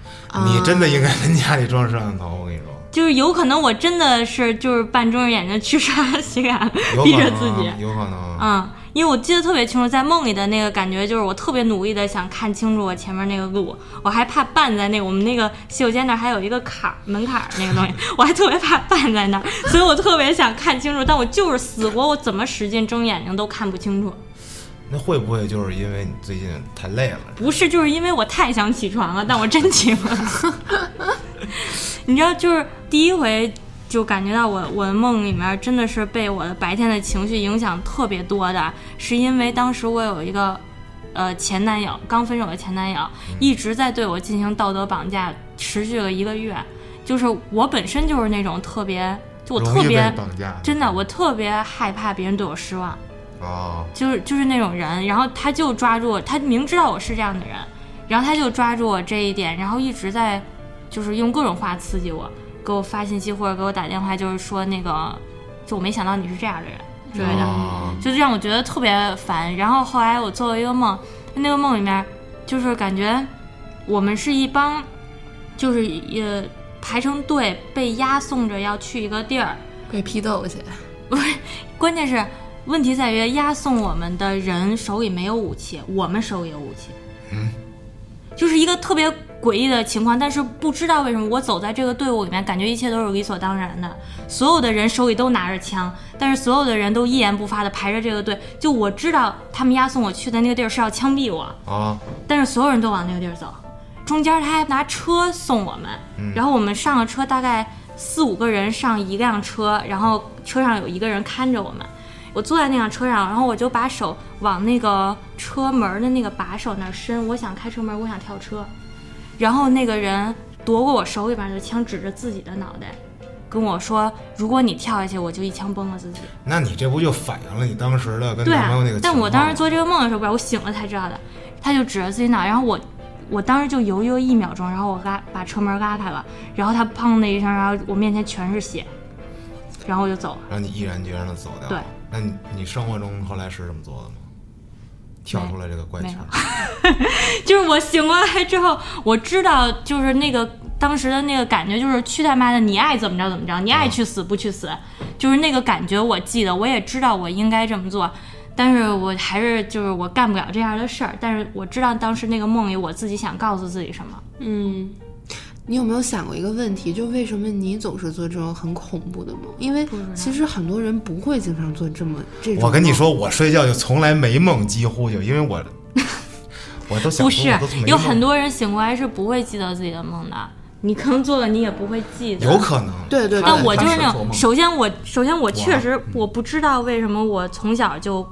B: 你真的应该跟家里装摄像头，我跟你说。
C: 就是有可能我真的是就是半睁着眼睛去刷牙洗脸，
B: 有
C: 逼
B: 可
C: 着
B: 能
C: 自己
B: 啊，。有可能。
C: 嗯，因为我记得特别清楚，在梦里的那个感觉就是我特别努力的想看清楚我前面那个路，我还怕绊在那个我们那个洗手间那儿还有一个坎儿门槛儿那个东西，我还特别怕绊在那儿，所以我特别想看清楚，但我就是死活我怎么使劲睁眼睛都看不清楚。
B: 那会不会就是因为你最近太累了？
C: 不是，就是因为我太想起床了，但我真起不来。你知道，就是第一回就感觉到我我的梦里面真的是被我的白天的情绪影响特别多的，是因为当时我有一个呃前男友，刚分手的前男友，
B: 嗯
C: 一直在对我进行道德绑架，持续了一个月。就是我本身就是那种特别，就我特
B: 容易
C: 别
B: 被绑架。
C: 真的，我特别害怕别人对我失望。
B: 哦，
C: 就是就是那种人，然后他就抓住我，他明知道我是这样的人，然后他就抓住我这一点，然后一直在就是用各种话刺激我，给我发信息或者给我打电话，就是说那个就我没想到你是这样的人之类的，
B: 哦
C: 就是让我觉得特别烦。然后后来我做了一个梦，那个梦里面就是感觉我们是一帮就是也排成队被押送着要去一个地儿，
D: 被批斗去，
C: 关键是问题在于押送我们的人手里没有武器，我们手里有武器。嗯，就是一个特别诡异的情况，但是不知道为什么我走在这个队伍里面，感觉一切都是理所当然的。所有的人手里都拿着枪，但是所有的人都一言不发的排着这个队。就我知道他们押送我去的那个地儿是要枪毙我，
B: 哦，
C: 但是所有人都往那个地儿走。中间他还拿车送我们，然后我们上了车，大概四五个人上一辆车，然后车上有一个人看着我们。我坐在那辆车上，然后我就把手往那个车门的那个把手那儿伸，我想开车门，我想跳车，然后那个人夺过我手里边的枪，指着自己的脑袋，跟我说：“如果你跳下去，我就一枪崩了自己。”
B: 那你这不就反映了你当时的跟
C: 对
B: 男
C: 啊
B: 朋友那个？，
C: 但我当时，做这个梦的时候，不是我醒了才知道的。他就指着自己脑，然后我，我当时就犹豫了一秒钟，然后我拉把车门拉开了，然后他砰的一声，然后我面前全是血，然后我就走了。 (laughs)
B: 然后你毅然决然的走掉。
C: 对，
B: 那你你生活中后来是这么做的吗？跳出来这个怪圈儿，
C: 就是我醒过来之后，我知道就是那个当时的那个感觉，就是去他妈的，你爱怎么着怎么着，你
B: 嗯
C: 爱去死不去死，就是那个感觉我记得，我也知道我应该这么做，但是我还是就是我干不了这样的事儿，但是我知道当时那个梦里我自己想告诉自己什么。
D: 嗯，你有没有想过一个问题？就为什么你总是做这种很恐怖的梦？因为其实很多人不会经常做这么这种。
B: 我跟你，说，我睡觉就从来没梦，几乎就因为
C: (laughs)
B: 我，我都想说
C: 不是
B: 我都没，
C: 有
B: 梦
C: 很多人醒过来是不会记得自己的梦的。你可能做了，你也不会记得。
B: 有可能，
D: 对对对，
C: 但我
A: 他
C: 就是那
A: 是做
C: 种，
A: 梦
C: 首先我首先我确实我不知道为什么
B: 嗯
C: 我从小就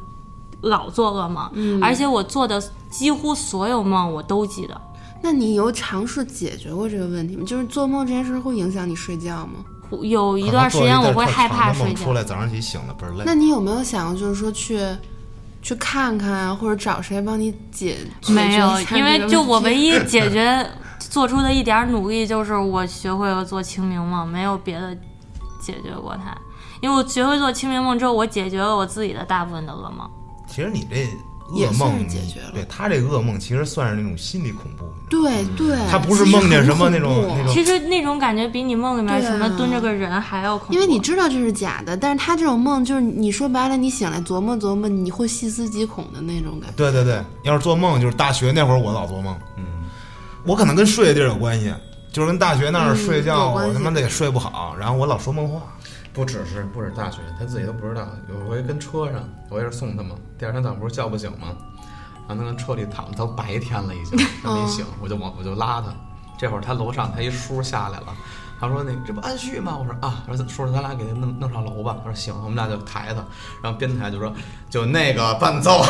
C: 老做噩梦，而且我做的几乎所有梦我都记得。
D: 那你有尝试解决过这个问题吗？就是做梦这件事会影响你睡觉吗？
C: 有
B: 可
C: 一
B: 能
C: 段时
B: 做
C: 间
B: 阵
C: 我
B: 儿
C: 会
B: 特
C: 害
B: 长
C: 怕
B: 的梦
C: 睡
B: 出
C: 觉，
B: 来早上起醒了倍儿累。
D: 那你有没有想过，就是说去去看看啊，或者找谁帮你解？解决
C: 没有
D: 一下，
C: 因
D: 这
C: 为
D: 个
C: 就
D: 问
C: 我
D: 题
C: 唯
D: (laughs)
C: 一解决做出的一点儿努力就是我学会了做清明梦，没有别的解决过它。因为我学会做清明梦之后，我解决了我自己的大部分的噩梦。
B: 其实你这
D: 也
B: 噩
D: 算
B: 梦
D: 是
B: 你，
D: 解决了
B: 对他这个噩梦，其实算是那种心理恐怖。
D: 对对，
B: 他不是
D: 其实
B: 梦见
D: 很
B: 什么那
D: 恐
B: 种
D: 怖
B: 那种
C: 其实那种感觉比你梦里面
D: 对啊
C: 什么蹲着个人还要恐怖，
D: 因为你知道这是假的，但是他这种梦就是你说白了，你醒来琢磨琢磨，你会细思极恐的那种感觉。
B: 对对对，要是做梦，就是大学那会儿我老做梦，嗯，我可能跟睡的地儿有关系，就是跟大学那儿睡
D: 嗯
B: 觉，
D: 有关
B: 我
D: 系
B: 他妈的也睡不好，然后我老说梦话，
A: 不只是不止大学，他自己都不知道。有回跟车上，我也是送他嘛，第二天早上不是叫不醒吗？然后他跟车里躺到白天了已
D: (laughs)
A: 经，他没
D: 哦
A: 醒，我就往我就拉他。这会儿他楼上他一叔下来了，他说那这不安旭吗？我说啊，我说叔叔咱俩给他弄弄上楼吧。他说行，我们俩就抬他，然后边抬就说就那个伴奏，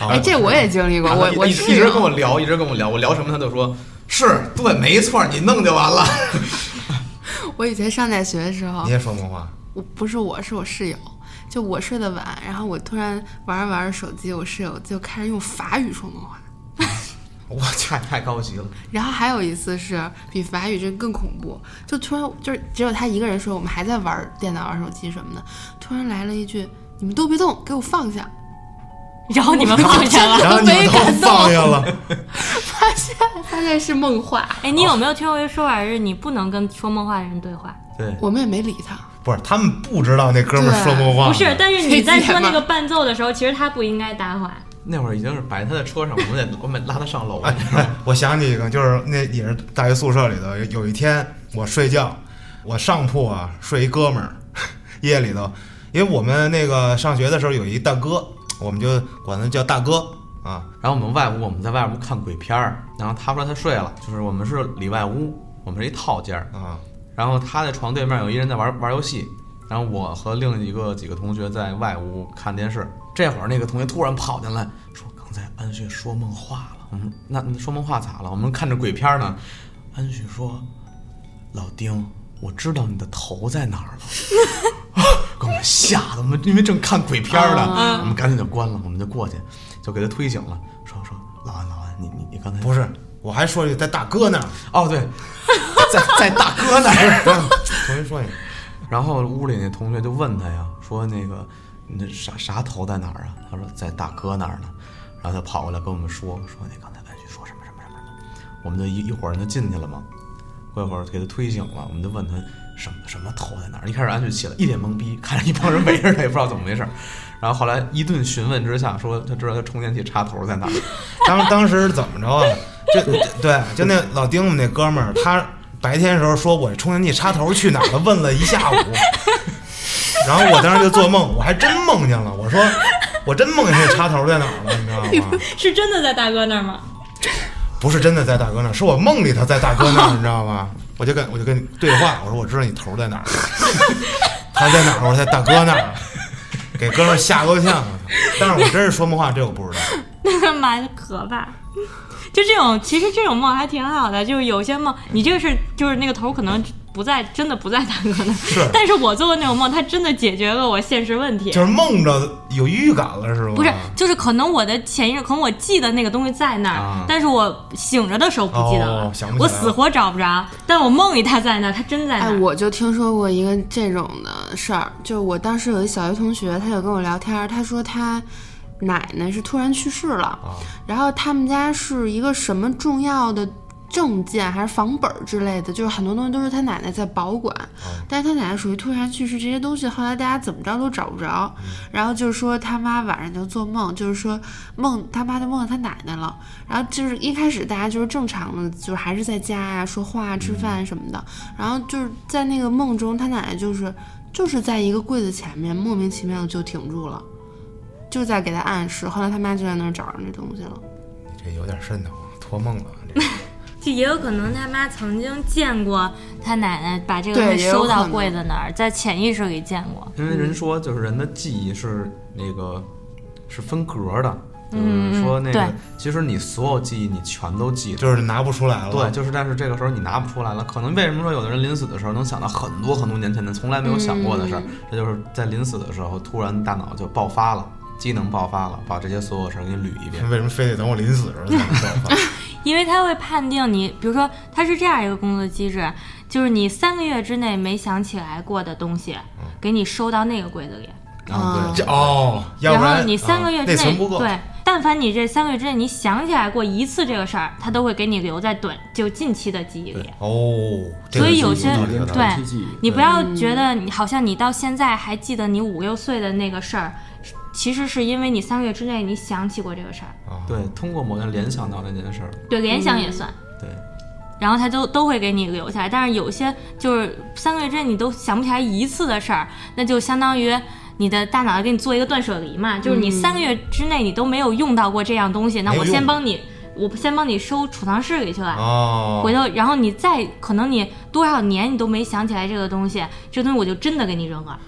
B: 啊
D: 哎，这我也经历过，
A: 然后
D: 我
A: 一
D: 我
A: 一
D: 是
A: 直一直跟我聊，一直跟我聊，我聊什么他就说是对，没错，你弄就完了。 (laughs)
D: 我以前上大学的时候
B: 你，也说梦
D: (laughs)
B: 话，
D: 我不是我是我室友，就我睡得晚，然后我突然玩着玩着手机，我室友就开始用法语说梦话。
A: 我操，太高级了。
D: 然后还有一次是比法语这更恐怖，就突然就是只有他一个人睡，我们还在玩电脑、玩手机什么的，突然来了一句：“你们都别动，给我放下。
C: (laughs) 然后你们放下
D: (laughs)
C: 了。
B: 然后你们都放下了，”
D: 发现 (laughs) 发现是梦话，
C: 哎，你有没有听过一个说法是，你不能跟说梦话的人对话？
A: 对，
D: 我们也没理他。
B: 不是他们不知道那哥们儿说梦话，
C: 不是，，但是
D: 这
C: 你在
D: 解
C: 说那
D: 嘛
C: 个伴奏的时候，其实他不应该搭话。 (laughs)
A: 那会儿已经是摆他在车上，我们得我们得拉他上楼。
B: 哎哎，我想起一个，就是那也是大学宿舍里头，有有一天我睡觉，我上铺啊睡一哥们儿， (laughs) 夜里头，因为我们那个上学的时候有一大哥，我们就管他叫大哥啊，
A: 然后我们外屋，我们在外屋看鬼片儿，然后他说他睡了，就是我们是里外屋，我们是一套间儿，
B: 啊，
A: 然后他的床对面有一人在玩玩游戏，然后我和另一个几个同学在外屋看电视。这会儿那个同学突然跑进来说：“刚才安旭说梦话了。”我们那那说梦话咋了？我们看着鬼片儿呢。安旭说：“老丁，我知道你的头在哪儿了。” (laughs) 给我们吓得，我们因为正看鬼片儿
B: 啊
A: 呢，我们赶紧就关了，我们就过去，就给他推醒了，说说老安老安，你你你刚才
B: 不是，我还说一句在大哥那儿，
A: 哦对， (laughs) 在在大哥那儿。
B: 啊重新说一遍，
A: 然后屋里那同学就问他呀，说那个你这啥啥头在哪儿啊？他说在大哥那儿呢。然后他跑过来跟我们说，说那刚才安旭说什么什么什么什么，我们就一一伙人就进去了嘛。过一会儿给他推醒了，我们就问他什么什么头在哪儿。一开始安旭起来一脸懵逼，看着一帮人围着他，也不知道怎么回事儿。然后后来一顿询问之下，说他知道他充电器插头在哪儿。
B: 当当时是怎么着啊？就对，就那老丁我们那哥们儿，他白天的时候说我充电器插头去哪儿了，问了一下午。然后我当时就做梦，我还真梦见了，我说
C: 哎
B: 我真梦见那插头在哪儿了，你知道吗？
C: 是真的在大哥那儿吗？
B: 不是真的在大哥那儿，是我梦里头在大哥那儿，你知道吗？我就跟我就跟你对话，我说我知道你头儿在哪儿，他在哪儿？我说在大哥那儿，给哥们儿吓够呛。但是我真是说梦话，这我不知道。
C: (laughs) 妈的可怕！就这种，其实这种梦还挺好的。就是有些梦，你这个是就是那个头可能不在，真的不在大哥那儿。
B: 是
C: (laughs) 但是我做的那种梦，它真的解决了我现实问题。
B: 就是啊梦着有预感了，是吗？
C: 不是，就是可能我的潜意识，可能我记得那个东西在那儿，
A: 啊
C: 但是我醒着的时候不记得了，
B: 哦想不起来了
C: 我死活找不着。但我梦里它在那儿，它真在那
D: 哎，
C: 儿。
D: 我就听说过一个这种的事儿，就是我当时有一小学同学，他有跟我聊天儿，他说他奶奶是突然去世了，然后他们家是一个什么重要的证件还是房本儿之类的，就是很多东西都是他奶奶在保管，但是他奶奶属于突然去世，这些东西后来大家怎么着都找不着，
C: 嗯
D: 然后就是说他妈晚上就做梦，就是说梦他妈就梦到他奶奶了，然后就是一开始大家就是正常的，就是还是在家呀、说话、啊
C: 嗯
D: 吃饭什么的，然后就是在那个梦中，他奶奶就是就是在一个柜子前面莫名其妙就停住了。就在给他暗示，后来他妈就在那儿找着那东西了。
B: 这有点瘆得慌，托梦了。这个
C: 就也有可能他妈曾经见过他奶奶把这个
D: 对
C: 东西
D: 也有
C: 收到
D: 可能
C: 柜子那儿，在潜意识里见过。
A: 因为人说就是人的记忆是那个是分格的，就是说那
C: 嗯对
A: 个其实你所有记忆你全都记得。
B: 就是拿不出来了。
A: 对，就是，但是这个时候你拿不出来了。可能为什么说有的人临死的时候能想到很多很多年前的从来没有想过的事
C: 嗯
A: 儿，这就是在临死的时候突然大脑就爆发了，机能爆发了，把这些所有事儿给你捋一遍。
B: (laughs) 为什么非得等我临死的时候才能爆发？
C: 因为它会判定你，比如说它是这样一个工作机制，就是你三个月之内没想起来过的东西，
B: 嗯
C: 给你收到那个柜子里，
A: 啊，
B: 这
A: 对，
B: 哦，要
C: 然
B: 不
C: 后
B: 然
C: 你三个
B: 啊
C: 月之
B: 内
C: 内、
B: 存不够，
C: 对，但凡你这三个月之内你想起来过一次这个事儿，它都会给你留在短就近期的记忆里。
B: 哦，这
C: 所以
B: 个
C: 有
B: 是
C: 些
B: 道理
E: 连
B: 有道理
E: 长
C: 对
E: 期记忆，
C: 你不要觉得你好像你到现在还记得你五六岁的那个事儿，其实是因为你三个月之内你想起过这个事儿，
B: 啊
A: 对，通过某件联想到这件事儿，
C: 对联
B: 嗯
C: 想也算。
A: 对，
C: 然后他都都会给你留下来。但是有些就是三个月之内你都想不起来一次的事儿，那就相当于你的大脑给你做一个断舍离嘛，就是你三个月之内你都没有用到过这样东西，那
B: 嗯没有
C: 我先
B: 用
C: 帮你，我先帮你收储藏室里去了。
B: 哦，
C: 回头，然后你再可能你多少年你都没想起来这个东西，这东西我就真的给你扔了，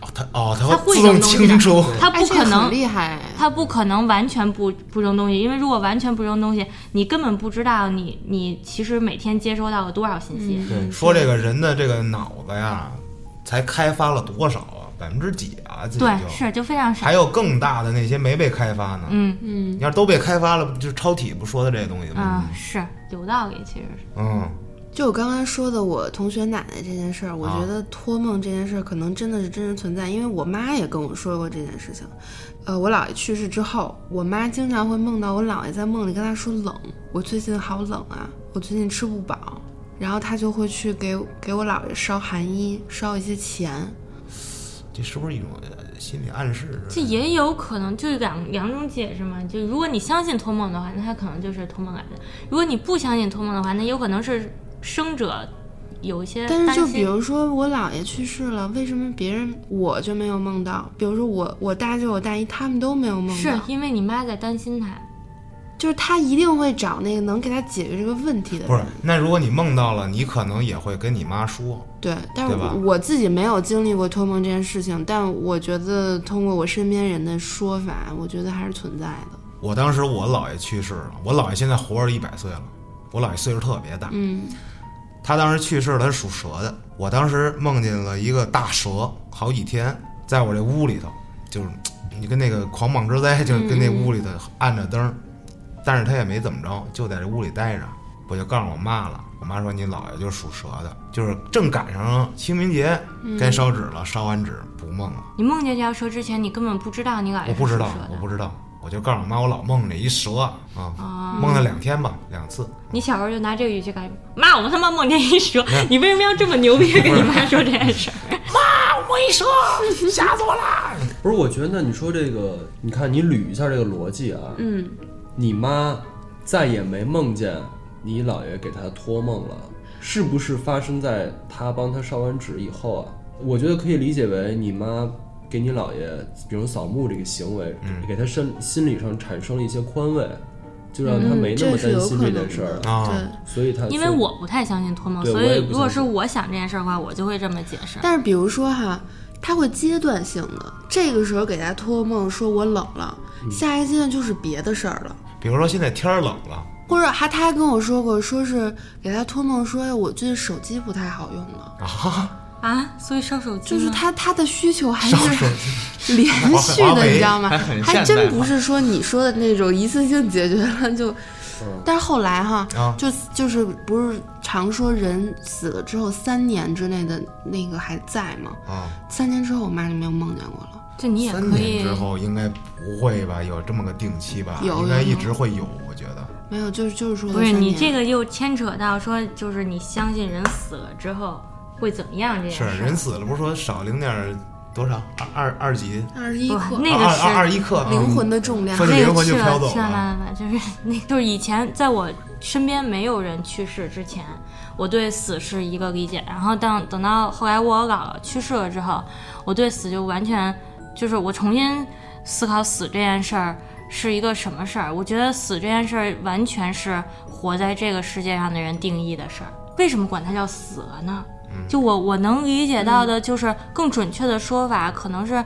B: 哦它哦，它
C: 它会
B: 自动
C: 扔东西的
B: 清
C: (laughs)
B: 除，
C: 它
D: 哎
C: 不
D: 这个
C: 可能
D: 很厉害，
C: 他不可能完全不不扔东西，因为如果完全不扔东西，你根本不知道你你其实每天接收到了多少信息。
A: 对
B: 说这个人的这个脑子呀，才开发了多少啊？百分之几啊？自己
C: 对，
B: 就是
C: 就非常少。
B: 还有更大的那些没被开发呢。
C: 嗯
B: 你要是都被开发了，不就是超体不说的这些东西吗？
C: 啊，是有道理，其实是。
B: 嗯，
D: 就我刚刚说的，我同学奶奶这件事儿，我
B: 啊
D: 觉得托梦这件事儿可能真的是真实存在，因为我妈也跟我说过这件事情。呃，我姥爷去世之后，我妈经常会梦到我姥爷在梦里跟她说冷，我最近好冷啊，我最近吃不饱，然后她就会去给给我姥爷烧寒衣，烧一些钱。
B: 这是不是一种呃心理暗示？
C: 这也有可能就两两种解释嘛，就如果你相信托梦的话，那它可能就是托梦来的；如果你不相信托梦的话，那有可能是生者有一些
D: 但是就
C: 担心
D: 比如说我姥爷去世了，为什么别人我就没有梦到？比如说我我大舅我大姨他们都没有梦到，
C: 是因为你妈在担心他，
D: 就是他一定会找那个能给他解决这个问题的人。
B: 不是？那如果你梦到了，你可能也会跟你妈说。
D: 对，但是
B: 对吧
D: 我我自己没有经历过托梦这件事情，但我觉得通过我身边人的说法，我觉得还是存在的。
B: 我当时我姥爷去世了，我姥爷现在活着一百岁了，我姥爷岁数特别大。
D: 嗯，
B: 他当时去世了，他是属蛇的。我当时梦见了一个大蛇，好几天在我这屋里头，就是你跟那个狂蟒之灾，就是跟那屋里头按着灯儿，但是他也没怎么着，就在这屋里待着。我就告诉我妈了，我妈说你姥爷就是属蛇的，就是正赶上清明节该烧纸了，烧完纸不梦了。
C: 你梦见这条蛇之前，你根本不知道你姥爷
B: 我
C: 是
B: 不知道
C: 属蛇，
B: 我
C: 的
B: 不知道，我就告诉我妈，我老梦见一蛇啊，梦了两天吧，两次。
C: 你小时候就拿这个语气干妈，我他妈梦见
B: (laughs)
C: 一蛇，你为什么要这么牛逼地跟你妈说这件事儿？
E: 不是，我觉得那你说这个，你看你捋一下这个逻辑啊，嗯，你妈再也没梦见你姥爷给她托梦了，是不是发生在她帮她烧完纸以后啊？我觉得可以理解为你妈给你嗯姥爷，比如扫墓这个行为，给他身心理上产生了一些宽慰，就让他没那
D: 嗯这
E: 么
D: 是
E: 担
D: 有
E: 心
D: 可能
E: 件事儿
D: 的
E: 了。
B: 啊
D: 对。
E: 所以他
C: 因为
E: 所以
C: 我不太相信托梦，
E: 对
C: 所
E: 我也
C: 以
E: 不
C: 如果
E: 相信
C: 是我想这件事儿的话，我就会这么解释。
D: 但是比如说哈，他会阶段性的，这个时候给他托梦说我冷了，
E: 嗯
D: 下一个阶段就是别的事儿了。
B: 比如说现在天儿冷了，
D: 或者还他还跟我说过，说是给他托梦说，哎我最近手机不太好用了，
C: 啊，所以烧手机
D: 就是
C: 呢
D: 他他的需求还
B: 少手
D: 是
B: 机
D: 连续
B: 华
D: 的，
B: 为
D: 你知道吗？
A: 还很
D: 还
A: 现代
D: 真
A: 化
D: 不是说你说的那种一次性解决了就，但是后来哈，
B: 嗯啊
D: 就就是不是常说人死了之后三年之内的那个还在吗？
B: 啊，
D: 三年之后我妈就没有梦见过了。
C: 就你也
B: 三
C: 可
B: 年
C: 以
B: 之后应该不会吧？有这么个定期吧？
D: 有
B: 应该
D: 有
B: 一
D: 有
B: 直会有，我觉得。
D: 没有，就是就是说
C: 不是你这
D: 个
C: 个又牵扯到说，就是你相信人死了之后会怎么样这件
B: 是
C: 事儿。
B: 人死了，不是说少零点儿多少二二二几
D: 二十一
C: 不
D: 克，
C: 那
B: 二
C: 个是
B: 二二一克啊
D: 灵魂的重量
B: 分，
C: 那
B: 灵
C: 个
B: 魂
C: 哎去
B: 就飘
C: 了
B: 走
C: 去了
B: 了。
C: 了了，就是 (laughs) 那，就是以前在我身边没有人去世之前，我对死是一个理解，然后当等到后来我姥姥去世了之后，我对死就完全就是我重新思考死这件事儿是一个什么事儿。我觉得死这件事儿完全是活在这个世界上的人定义的事儿。为什么管它叫死了呢？
B: 嗯
C: 就我我能理解到的，就是更准确的说法，可能是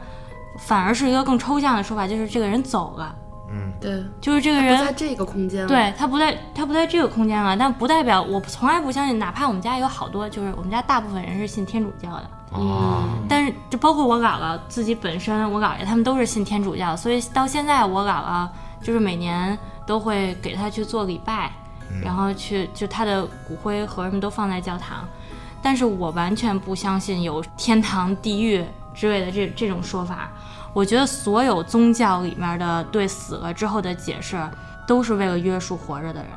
C: 反而是一个更抽象的说法，就是这个人走了，
B: 嗯，
D: 对，
C: 就是这个
D: 不
C: 人
D: 在这个空间了。
C: 对他不在，他不在这个空间了，但不代表我从来不相信，哪怕我们家有好多，就是我们家大部分人是信天主教的，嗯
B: 啊，
C: 但是就包括我姥姥自己本身，我姥爷他们都是信天主教，所以到现在我姥姥就是每年都会给他去做礼拜，然后去就他的骨灰盒什么都放在教堂，但是我完全不相信有天堂、地狱之类的这这种说法。我觉得所有宗教里面的对死了之后的解释，都是为了约束活着的人。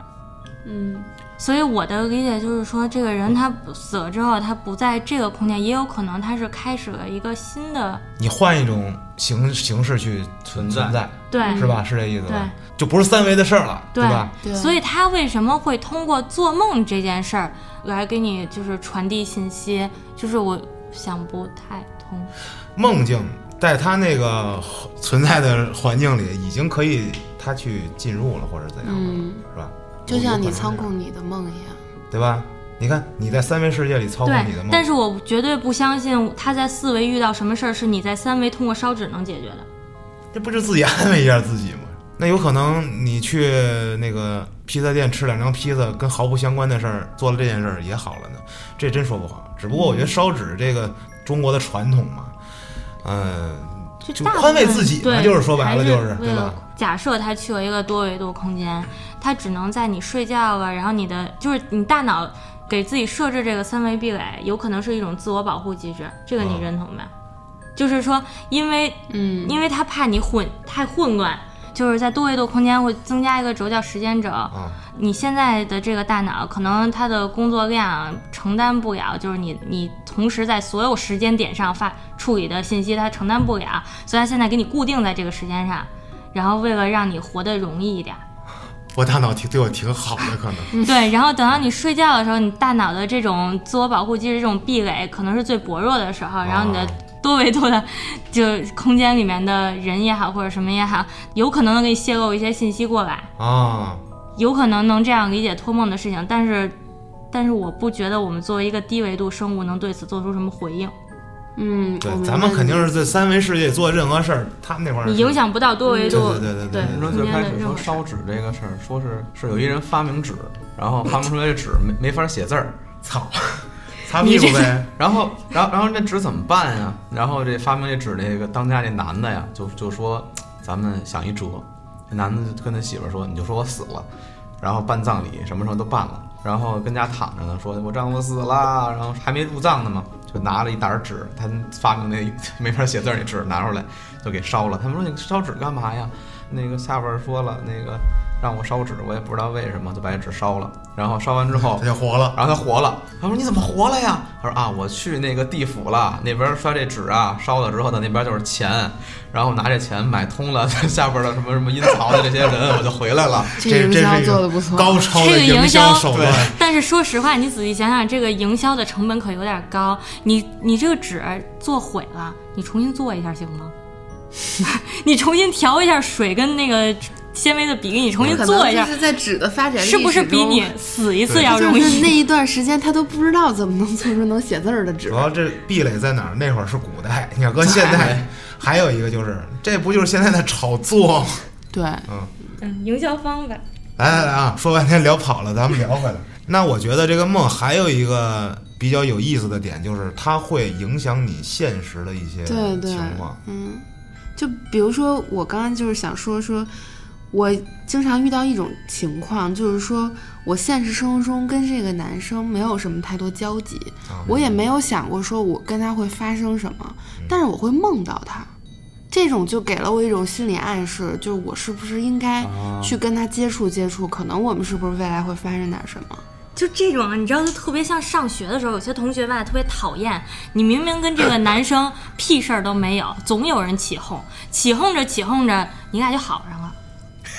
D: 嗯，
C: 所以我的理解就是说，这个
B: 嗯
C: 人他不死了之后，他不在这个空间，也有可能他是开始了一个新的
B: 你换一种形形式去存
A: 存在
B: 在，
C: 对。
B: 是吧？是这意思吧？
C: 对
B: 就不是三维的事儿了，
C: 对
B: 吧？
D: 对
C: 所以他为什么会通过做梦这件事儿来给你就是传递信息？就是我想不太通。
B: 梦境在他那个存在的环境里，已经可以他去进入了，或者怎样了，
D: 嗯
B: 是吧？
D: 就像你操
B: 仓库，
D: 控你的梦一样。
B: 对吧？你看你在三维世界里操控
C: 对
B: 你的，梦，
C: 但是我绝对不相信他在四维遇到什么事儿是你在三维通过烧纸能解决的。
B: 这不就自己安慰一下自己吗？那有可能你去那个披萨店吃两张披萨，跟毫不相关的事儿做了这件事儿也好了呢，这真说不好。只不过我觉得烧纸这个中国的传统嘛，嗯、就
C: 大部分
B: 宽慰自己嘛
C: 对，
B: 就是说白了就是
C: 还是
B: 对
C: 为
B: 吧
C: 了假设他去了一个多维度空间，他只能在你睡觉了，然后你的就是你大脑给自己设置这个三维壁垒，有可能是一种自我保护机制，这个你
B: 嗯
C: 认同吧？就是说，因为
D: 嗯，
C: 因为他怕你混太混乱，就是在多维度空间会增加一个轴叫时间轴。
B: 啊，
C: 你现在的这个大脑可能它的工作量承担不了，就是你你同时在所有时间点上发处理的信息它承担不了，所以它现在给你固定在这个时间上，然后为了让你活得容易一点，
B: 我大脑挺对我挺好的，可能
C: 对，然后等到你睡觉的时候，你大脑的这种自我保护机制、这种壁垒可能是最薄弱的时候，然后你的
B: 哦
C: 多维度的就空间里面的人也好，或者什么也好，有可能能给你泄露一些信息过来，
B: 啊，
C: 有可能能这样理解托梦的事情，但是，但是我不觉得我们作为一个低维度生物能对此做出什么回应，
D: 嗯，
B: 对
D: 我，明
B: 咱
D: 白
B: 们
D: 你
B: 肯定是在三维世界做任何事儿，他们那块儿
C: 你影响不到多维
B: 对
C: 度
B: 对对对
C: 对
A: 你说
C: 空
A: 最
C: 间
A: 开
C: 的
A: 始
C: 任
A: 说
C: 何事儿。
A: 烧纸这个事儿，说是是有一人发明纸，然后发明出来这纸没没法写字儿，
B: 操，擦屁股呗，
A: 然后，然后，然后那纸怎么办呀？然后这发明这纸那个当家这男的呀，就就说咱们想一辙。这男的就跟他媳妇儿说，你就说我死了，然后办葬礼什么时候都办了，然后跟家躺着呢，说我丈夫死啦，然后还没入葬呢嘛，就拿着一沓儿纸，他发明那 (laughs) 没法写字儿那纸拿出来就给烧了。他们说你烧纸干嘛呀？那个下边儿说了那个。让我烧纸，我也不知道为什么，就把这纸烧了。然后烧完之后
B: 他，就活了。
A: 然后他活了。他说：“你怎么活了呀？”他说：“啊，我去那个地府了，那边摔这纸啊，烧了之后呢，那边就是钱，然后拿这钱买通了 (laughs) 下边的什么什么阴曹的这些人，我就回来了。
D: 这营
B: 这
D: 销
B: 是一个
D: 做得不错
B: 高超
C: 这
B: 的
C: 个营
B: 销
C: 销
B: 手段。
C: 但是说实话，你仔细想想，这个营销的成本可有点高。你你这个纸做毁 (laughs) 了，你重新做一下行吗？你重新调一下水跟那个纤维的比给你重新
D: 可
C: 做
D: 能
C: 一
D: 就
C: 下，
D: 是在纸的发展历史
C: 是不是比
D: 中
C: 你死一次
B: 对
D: 他
C: 要
D: 就
C: 容
D: 是那
C: 易？
D: 一段时间他都不知道怎么能做出能写字儿的纸
B: 主。要这壁垒在哪儿？那会儿是古代，你要搁现代，还有一个就是，这不就是现在的炒作吗？
D: 对，
C: 嗯，营销方法，
B: 来来来啊，说半天聊跑了，咱们聊回来。那我觉得这个梦还有一个比较有意思的点，就是它会影响你现实的一些
D: 对对
B: 情况。
D: 嗯，就比如说我刚刚就是想说说，我经常遇到一种情况，就是说我现实生活中跟这个男生没有什么太多交集，
B: 啊
D: 我也没有想过说我跟他会发生什么，但是我会梦到他。这种就给了我一种心理暗示，就是我是不是应该去跟他接触接触？可能我们是不是未来会发生点什么？
C: 就这种啊，你知道，就特别像上学的时候，有些同学吧特别讨厌，你明明跟这个男生屁事儿都没有，总有人起哄，起哄着起哄着，你俩就好上了。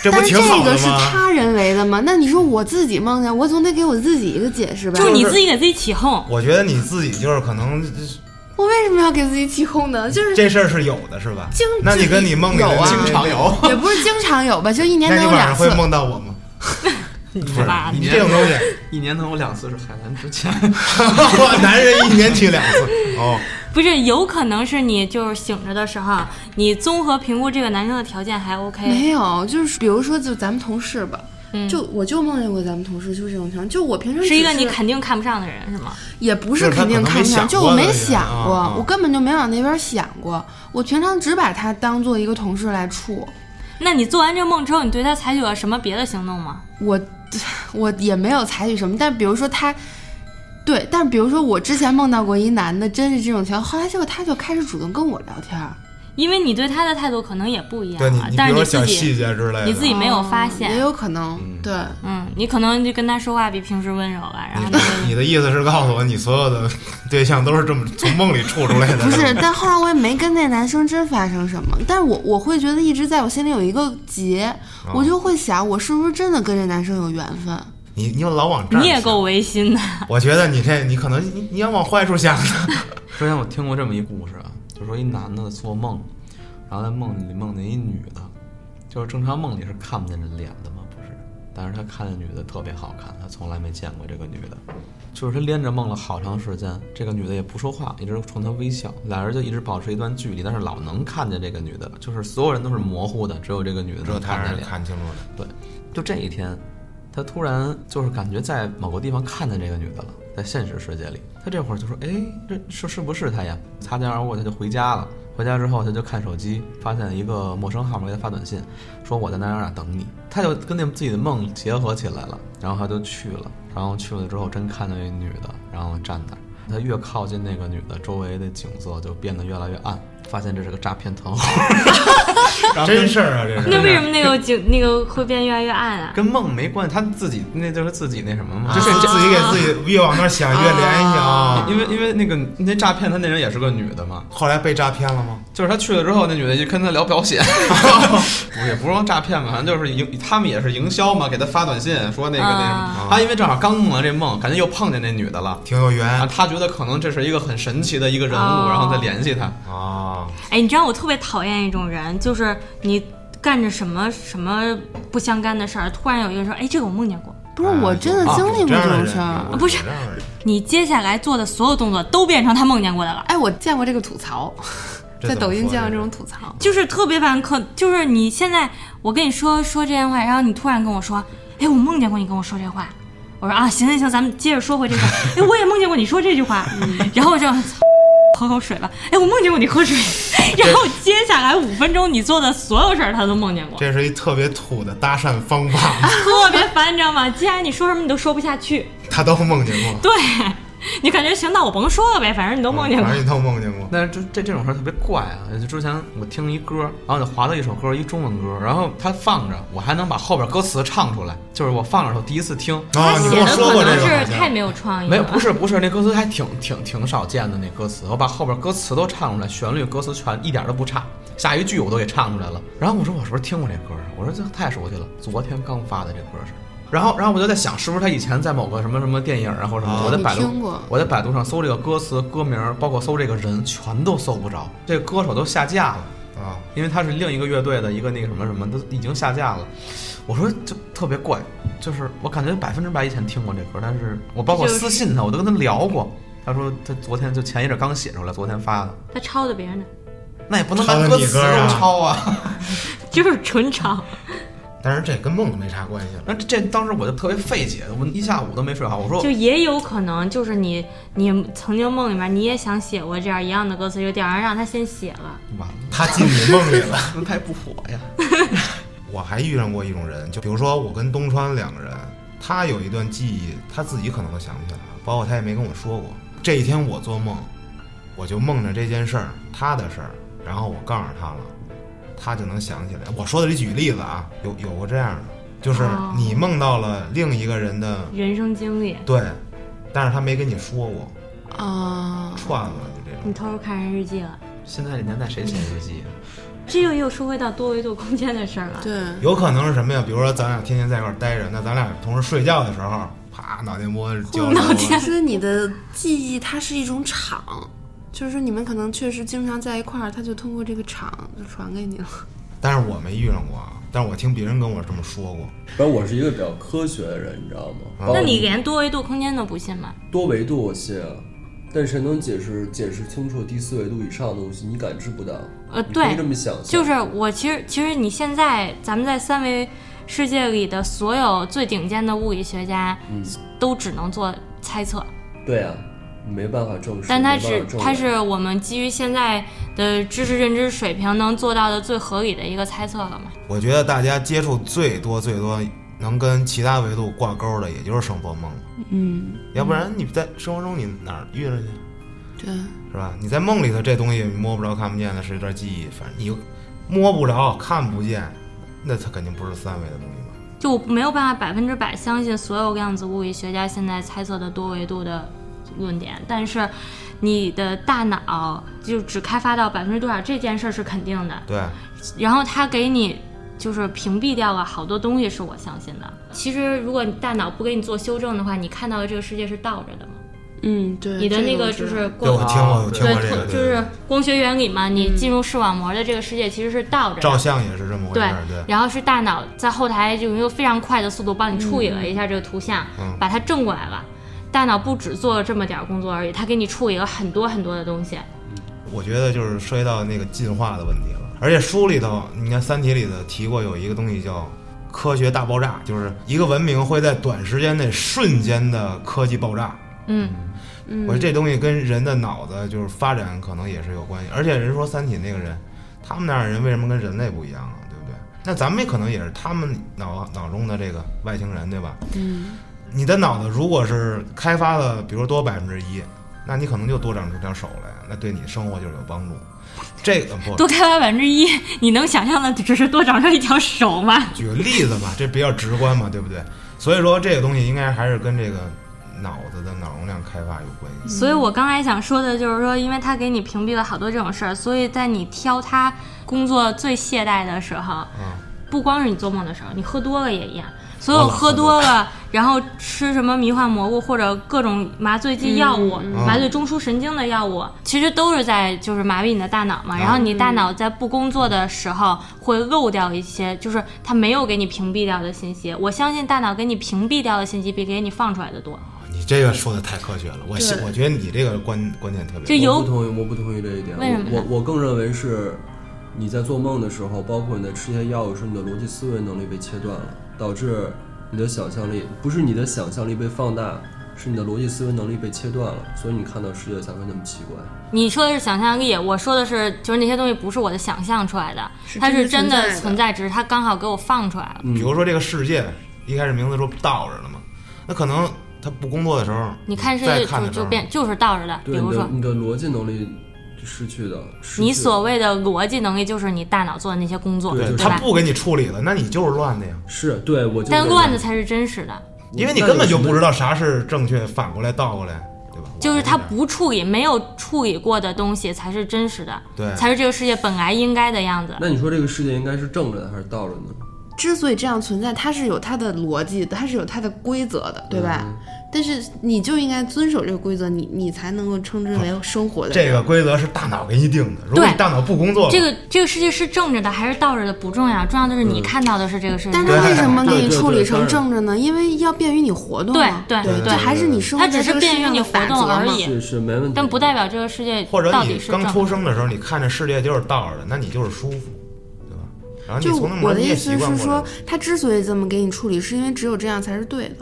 B: 这不
D: 但是
B: 挺
D: 这
B: 好
D: 个
B: 的
D: 是
B: 吗？
D: 他人为的吗？那你说我自己梦见，我总得给我自己一个解释吧？
C: 就是你自己给自己起哄，
B: 我觉得你自己就是可能
D: 我为什么要给自己起哄呢？就是
B: 这事儿是有的，是吧？
D: 经
B: 那你跟你梦里的
D: 有啊
B: 那
D: 经常
B: 有，
D: 也不是经常有吧，就一年
B: 那
D: 能
B: 你
D: 有
B: 晚上
D: 两次
B: 会。梦到我吗？
C: (laughs) 你
B: 不是
C: 吧，
B: 你这种东西，
A: 一年能有两次是海南之前，
B: (laughs) 男人一年去两次
C: (laughs)
B: 哦，
C: 不是有可能是你就是醒着的时候，你综合评估这个男生的条件还 OK，
D: 没有，就是比如说，就咱们同事吧，
C: 嗯
D: 就我就梦见过咱们同事，就是这种情况。就我平时
C: 是一个
D: 只
C: 你肯定看不上的人是吗？
D: 也不
B: 就是是他
D: 肯定
B: 可能
D: 看
B: 没
D: 不上，
B: 想
D: 就
B: 过
D: 我
B: 的
D: 没
B: 人
D: 想
B: 啊
D: 过，
B: 啊
D: 我根本就没往那边想过。我平常只把他当做一个同事来处，
C: 那你做完这个梦之后，你对他采取了什么别的行动吗？
D: 我我也没有采取什么。但比如说他，对，但比如说我之前梦到过一男的，真是这种情况。后来结果他就开始主动跟我聊天儿，
C: 因为你对他的态度可能也不一样
B: 对你
C: 啊，
B: 你比
C: 但是
B: 如
C: 你
B: 说小
C: 自
B: 细
C: 己，
B: 节之类的，
C: 你自己没有发现
D: 哦也有可能，对。
B: (laughs)
C: 嗯，你可能就跟他说话比平时温柔了，然后
B: 你你的意思是告诉我，你所有的 (laughs) 对象都是这么从梦里处出来的？
D: 不是，但后来我也没跟那男生真发生什么，但是我我会觉得一直在我心里有一个结，
B: 哦
D: 我就会想，我是不是真的跟这男生有缘分？
B: 你你又老往这儿
C: 你也
B: 想
C: 够违
B: (laughs)
C: 心的。
B: 我觉得你这你可能你你要往坏处想呢。
A: 之前我听过这么一故事啊，就说一男的做梦，然后在梦里梦见一女的，就是正常梦里是看不见这脸的嘛，不是？但是他看见女的特别好看，他从来没见过这个女的，就是他连着梦了好长时间，这个女的也不说话，一直冲他微笑，俩人就一直保持一段距离，但是老能看见这个女的，就是所有人都是模糊的，只有这个女的
B: 只有
A: 能
B: 他
A: 看见
B: 是
A: 脸。
B: 看清楚了，
A: 对，就这一天，他突然就是感觉在某个地方看见这个女的了，在现实世界里，他这会儿就说：“哎，这是是不是她呀？”擦肩而过，他就回家了。回家之后，他就看手机，发现一个陌生号码给他发短信，说我在哪儿哪儿哪儿等你。他就跟那自己的梦结合起来了，然后他就去了，然后去了之后真看到一女的，然后站那儿。他越靠近那个女的，周围的景色就变得越来越暗，发现这是个诈骗团伙。
B: 真事儿啊，这
C: 那
B: 是。
C: 为什么那个 (laughs) 就那个会变越来越暗啊？
A: (laughs) 跟梦没关系，他自己那就是自己那什么嘛，
B: 就是啊自己给自己越往那儿想越联
C: 啊
B: 想，
A: 因为因为那个那诈骗他那人也是个女的嘛，
B: 后来被诈骗了吗？
A: 就是他去了之后，那女的就跟他聊保
C: (laughs)
A: 险，不是也不是光诈骗嘛，反正就是营他们也是营销嘛，给他发短信说那个那什么
C: 啊，
A: 他因为正好刚梦完这梦，感觉又碰见那女的了，
B: 挺有缘
A: 然后
B: 啊
A: 他觉得可能这是一个很神奇的一个人物，
C: 哦
A: 然后再联系他，！
B: 哦
C: 哎，你知道我特别讨厌一种人，就是你干着什么什么不相干的事儿，突然有一个人说：“哎，这个我梦见过。
D: 不是，我真的
B: 啊
D: 经历
B: 有
D: 过
B: 这样的
D: 种
B: 人
D: 事儿。
B: 有
C: 啊不是
B: 这样的人”
C: 你接下来做的所有动作都变成他梦见过的了，
D: 哎，我见过这个吐槽，
B: 这
D: 在
B: 怎么
D: 抖音
B: 说
D: 见过
B: 这
D: 这种
B: 是
D: 吐槽。
C: 就是特别烦。可就是你现在我跟你说说这些话，然后你突然跟我说：“哎，我梦见过你跟我说这话。”我说：“啊，行行行，咱们接着说回这个。哎，我也梦见过你说这句话。 (laughs) 然后我就。喝口水吧。哎，我梦见过你喝水， (laughs) 然后接下来五分钟你做的所有事儿，他都梦见过。
B: 这是一特别土的搭讪方
C: (laughs)
B: 法，
C: 特别烦，你知道吗？接下来你说什么你都说不下去，
B: 他都梦见过，
C: 对你感觉行，那我甭说了呗，反正你都梦见过
B: 反。正你都梦见过。
A: 但是这这这种事儿特别怪啊！就之前我听一歌，然后就划到一首歌，一中文歌，然后他放着，我还能把后边歌词唱出来，就是我放着时候第一次听，
B: 啊，你跟我说过这
C: 能
B: 个好
C: 是
B: 像，
C: 太没有创意
A: 没
C: 了
A: 有，，不是不是，那歌词还挺挺挺少见的。那歌词，我把后边歌词都唱出来，旋律歌词全一点都不差，下一句我都给唱出来了。然后我说我是不是听过这歌啊？我说这太熟悉了，昨天刚发的这歌是。然后然后我就在想，是不是他以前在某个什么什么电影啊或者什么？
B: 啊
A: 我在
D: 哦你
A: 百度
D: 听过
A: 我在百度上搜这个歌词、歌名，包括搜这个人，全都搜不着，这个歌手都下架了。
B: 啊，
A: 因为它是另一个乐队的一个那个什么什么，它已经下架了。我说就特别怪，就是我感觉百分之百以前听过这歌，但是我包括
C: 就是
A: 私信他，我都跟他聊过，他说他昨天就前一阵刚写出来，昨天发的，
C: 他抄的别人的，
A: 那也不能
B: 抄
A: 拿
B: 的
A: 歌
B: 你
A: 词
B: 歌啊
A: 抄啊。 (laughs)
C: 就是纯抄。
B: (laughs) 但是这跟梦没啥关系了。
A: 那这当时我就特别费解，我一下午都没睡好。我
B: 哦
A: 说
C: 就也有可能，就是你你曾经梦里面你也想写过这样一样的歌词，就点儿让他先写了，
A: 完了，
B: 他进你梦里了。
A: 他还不火呀？ (laughs)
B: 我还遇上过一种人，就比如说我跟东川两个人，他有一段记忆，他自己可能都想不起来了，包括他也没跟我说过。这一天我做梦，我就梦着这件事儿，他的事儿，然后我告诉他了，他就能想起来。我说的这举例子啊，有有过这样的，就是
C: 哦
B: 你梦到了另一个人的
C: 人生经历。
B: 对，但是他没跟你说过，嗯
D: 啊，
B: 串了你这种
C: 你。偷偷看人日记了，
A: 现在这年代谁写日记啊？
C: 这又又说回到多维度空间的事儿了。
D: 对，
B: 有可能是什么呀？比如说咱俩天天在一块儿待着，那咱俩同时睡觉的时候，啪，脑电波交流啊
C: 脑
B: 了。
C: 电
D: 其实你的记忆它是一种场，就是说你们可能确实经常在一块儿，它就通过这个场就传给你了。
B: 但是我没遇上过，啊，但是我听别人跟我这么说过。
E: 反正我是一个比较科学的嗯人，你知道吗？
B: 啊
E: 包括
C: 那你连多维度空间都不信吗？
E: 多维度我信啊，但谁能解释解释清楚第四维度以上的东西？你感知不到。
C: 呃
E: 你
C: 对
E: 可以这么想象，
C: 就是我其实其实你现在咱们在三维世界里的所有最顶尖的物理学家，
E: 嗯
C: 都只能做猜测，
E: 对啊，你没办法证实，
C: 但它
E: 没办
C: 是
E: 法证
C: 它
E: 伪
C: 是我们基于现在的知识认知水平能做到的最合理的一个猜测了嘛？
B: 我觉得大家接触最多最多能跟其他维度挂钩的，也就是生活梦了。
D: 嗯，
B: 要不然你在生活中你哪儿遇上去
D: 对，
B: 是吧？你在梦里头这东西摸不着看不见的是一段记忆，反正你摸不着看不见，那它肯定不是三维的东西嘛。
C: 就我没有办法百分之百相信所有量子物理学家现在猜测的多维度的论点，但是你的大脑就只开发到百分之多少这件事儿是肯定的，
B: 对，
C: 然后它给你就是屏蔽掉了好多东西，是我相信的。其实如果你大脑不给你做修正的话，你看到的这个世界是倒着的嘛？
D: 嗯，对，
C: 你的
D: 这
C: 那
D: 我
C: 个
D: 知
C: 就
D: 道
C: 是
B: 对
C: 光
B: 我听过，我听
C: 对
B: 过这个，，
C: 就
B: 对对
C: 是
B: 对
C: 光学原理嘛，你进入视网膜的这个世界其实是倒着
B: 照
C: 的。
B: 相也是这么回事
C: 对
B: 儿，，对。
C: 然后是大脑在后台就用一个非常快的速度帮你处理了一下这个图像，
B: 嗯
C: 把它正过来了。大脑不只做这么点儿工作而已，它给你处理了很多很多的东西。
B: 我觉得就是涉及到那个进化的问题了。而且书里头，你看《三体》里头提过有一个东西叫“科学大爆炸”，就是一个文明会在短时间内瞬间的科技爆炸。
C: 嗯，
B: 我觉得这东西跟人的脑子就是发展可能也是有关系。而且人说《三体》那个人，他们那儿人为什么跟人类不一样啊？对不对？那咱们也可能也是他们脑脑中的这个外星人，对吧？
D: 嗯，
B: 你的脑子如果是开发了，比如多百分之一，那你可能就多长出条手来，那对你的生活就是有帮助。这个不
C: 多开发百分之一，你能想象的只是多长出一条手吗？
B: 举个例子吧，这比较直观嘛，对不对？所以说这个东西应该还是跟这个脑子的脑容量开发有关系。
C: 所以我刚才想说的就是说，因为他给你屏蔽了好多这种事儿，所以在你挑他工作最懈怠的时候，不光是你做梦的时候，你喝多了也一样。所有
B: 我老喝
C: 哦喝
B: 多
C: 多了，然后吃什么迷幻蘑菇或者各种麻醉剂药物、麻醉中枢神经的药物，其实都是在就是麻痹你的大脑嘛。然后你大脑在不工作的时候会漏掉一些，就是它没有给你屏蔽掉的信息。我相信大脑给你屏蔽掉的信息比给你放出来的多。
B: 你这个说的太科学了，我信我觉得你这个观观念特
C: 这
B: 别。
C: 有
E: 我不同意，我不同意这一点。
C: 为什么
E: 我
C: 呢
E: 我我更认为是你在做梦的时候，包括你在吃一些药物时，你的逻辑思维能力被切断了，导致你的想象力不是你的想象力被放大，是你的逻辑思维能力被切断了，所以你看到世界才会那么奇怪。
C: 你说的是想象力，我说的是就是那些东西不是我的想象出来的，
D: 是
C: 它是真
D: 真的存在的
C: 存在，只是它刚好给我放出来了。
B: 比如说这个世界一开始名字说倒着的嘛，那可能他不工作的时候，
C: 你看世
B: 再
C: 界
B: 看
C: 就
B: 的时
C: 就
B: 候，
C: 变就是倒着的，比
E: 对，你
C: 如
E: 的
C: 说
E: 你的逻辑能力失去的，失
C: 你
E: 去
C: 所谓的逻辑能力就是你大脑做的那些工作，
E: 对
C: 对
E: 就是
B: 他
C: 吧？
B: 不给你处理了，那你就是乱的呀，
E: 是对我就
C: 但
E: 在
C: 乱
E: 想
C: 的才是真实的，
B: 因为你根本就不知道啥是正确，反过来倒过来，对吧？
C: 就是
B: 他
C: 它不处理没有处理过的东西才是真实的，
B: 对
C: 才是这个世界本来应该的样子。
E: 那你说这个世界应该是正着的还是倒着的呢？
D: 之所以这样存在，它是有它的逻辑的，它是有它的规则的，对吧？但是你就应该遵守这个规则，你你才能够称之为生活的人。
B: 这个规则是大脑给你定的，如果
C: 对
B: 你大脑不工作了，
C: 这个这个世界是正着的还是倒着的不重要，重要的是你看到的是这个事
D: 但
C: 情。
D: 是他为什么给
E: 对
D: 你
E: 对
D: 处
E: 对
D: 理成
E: 当然
D: 正着呢？因为要便于你活动嘛。
C: 对对
D: 对
C: 对
D: 还是你生活
C: 它只
D: 在这
C: 是
D: 个世
C: 便于
D: 上
C: 你
D: 的
C: 活
D: 法则
C: 动而
D: 嘛
C: 已
E: 是是没问题，
C: 但不代表这个世界
B: 或者
C: 到
B: 你
C: 底是
B: 刚
C: 正
B: 出
C: 的。
B: 生的时候，你看着世界就是倒着的，那你就是舒服，对吧？然后啊你
D: 就
B: 从那么
D: 我的
B: 你也
D: 意
B: 习
D: 思
B: 惯
D: 是
B: 过来
D: 说
B: 了，
D: 他之所以这么给你处理，是因为只有这样才是对的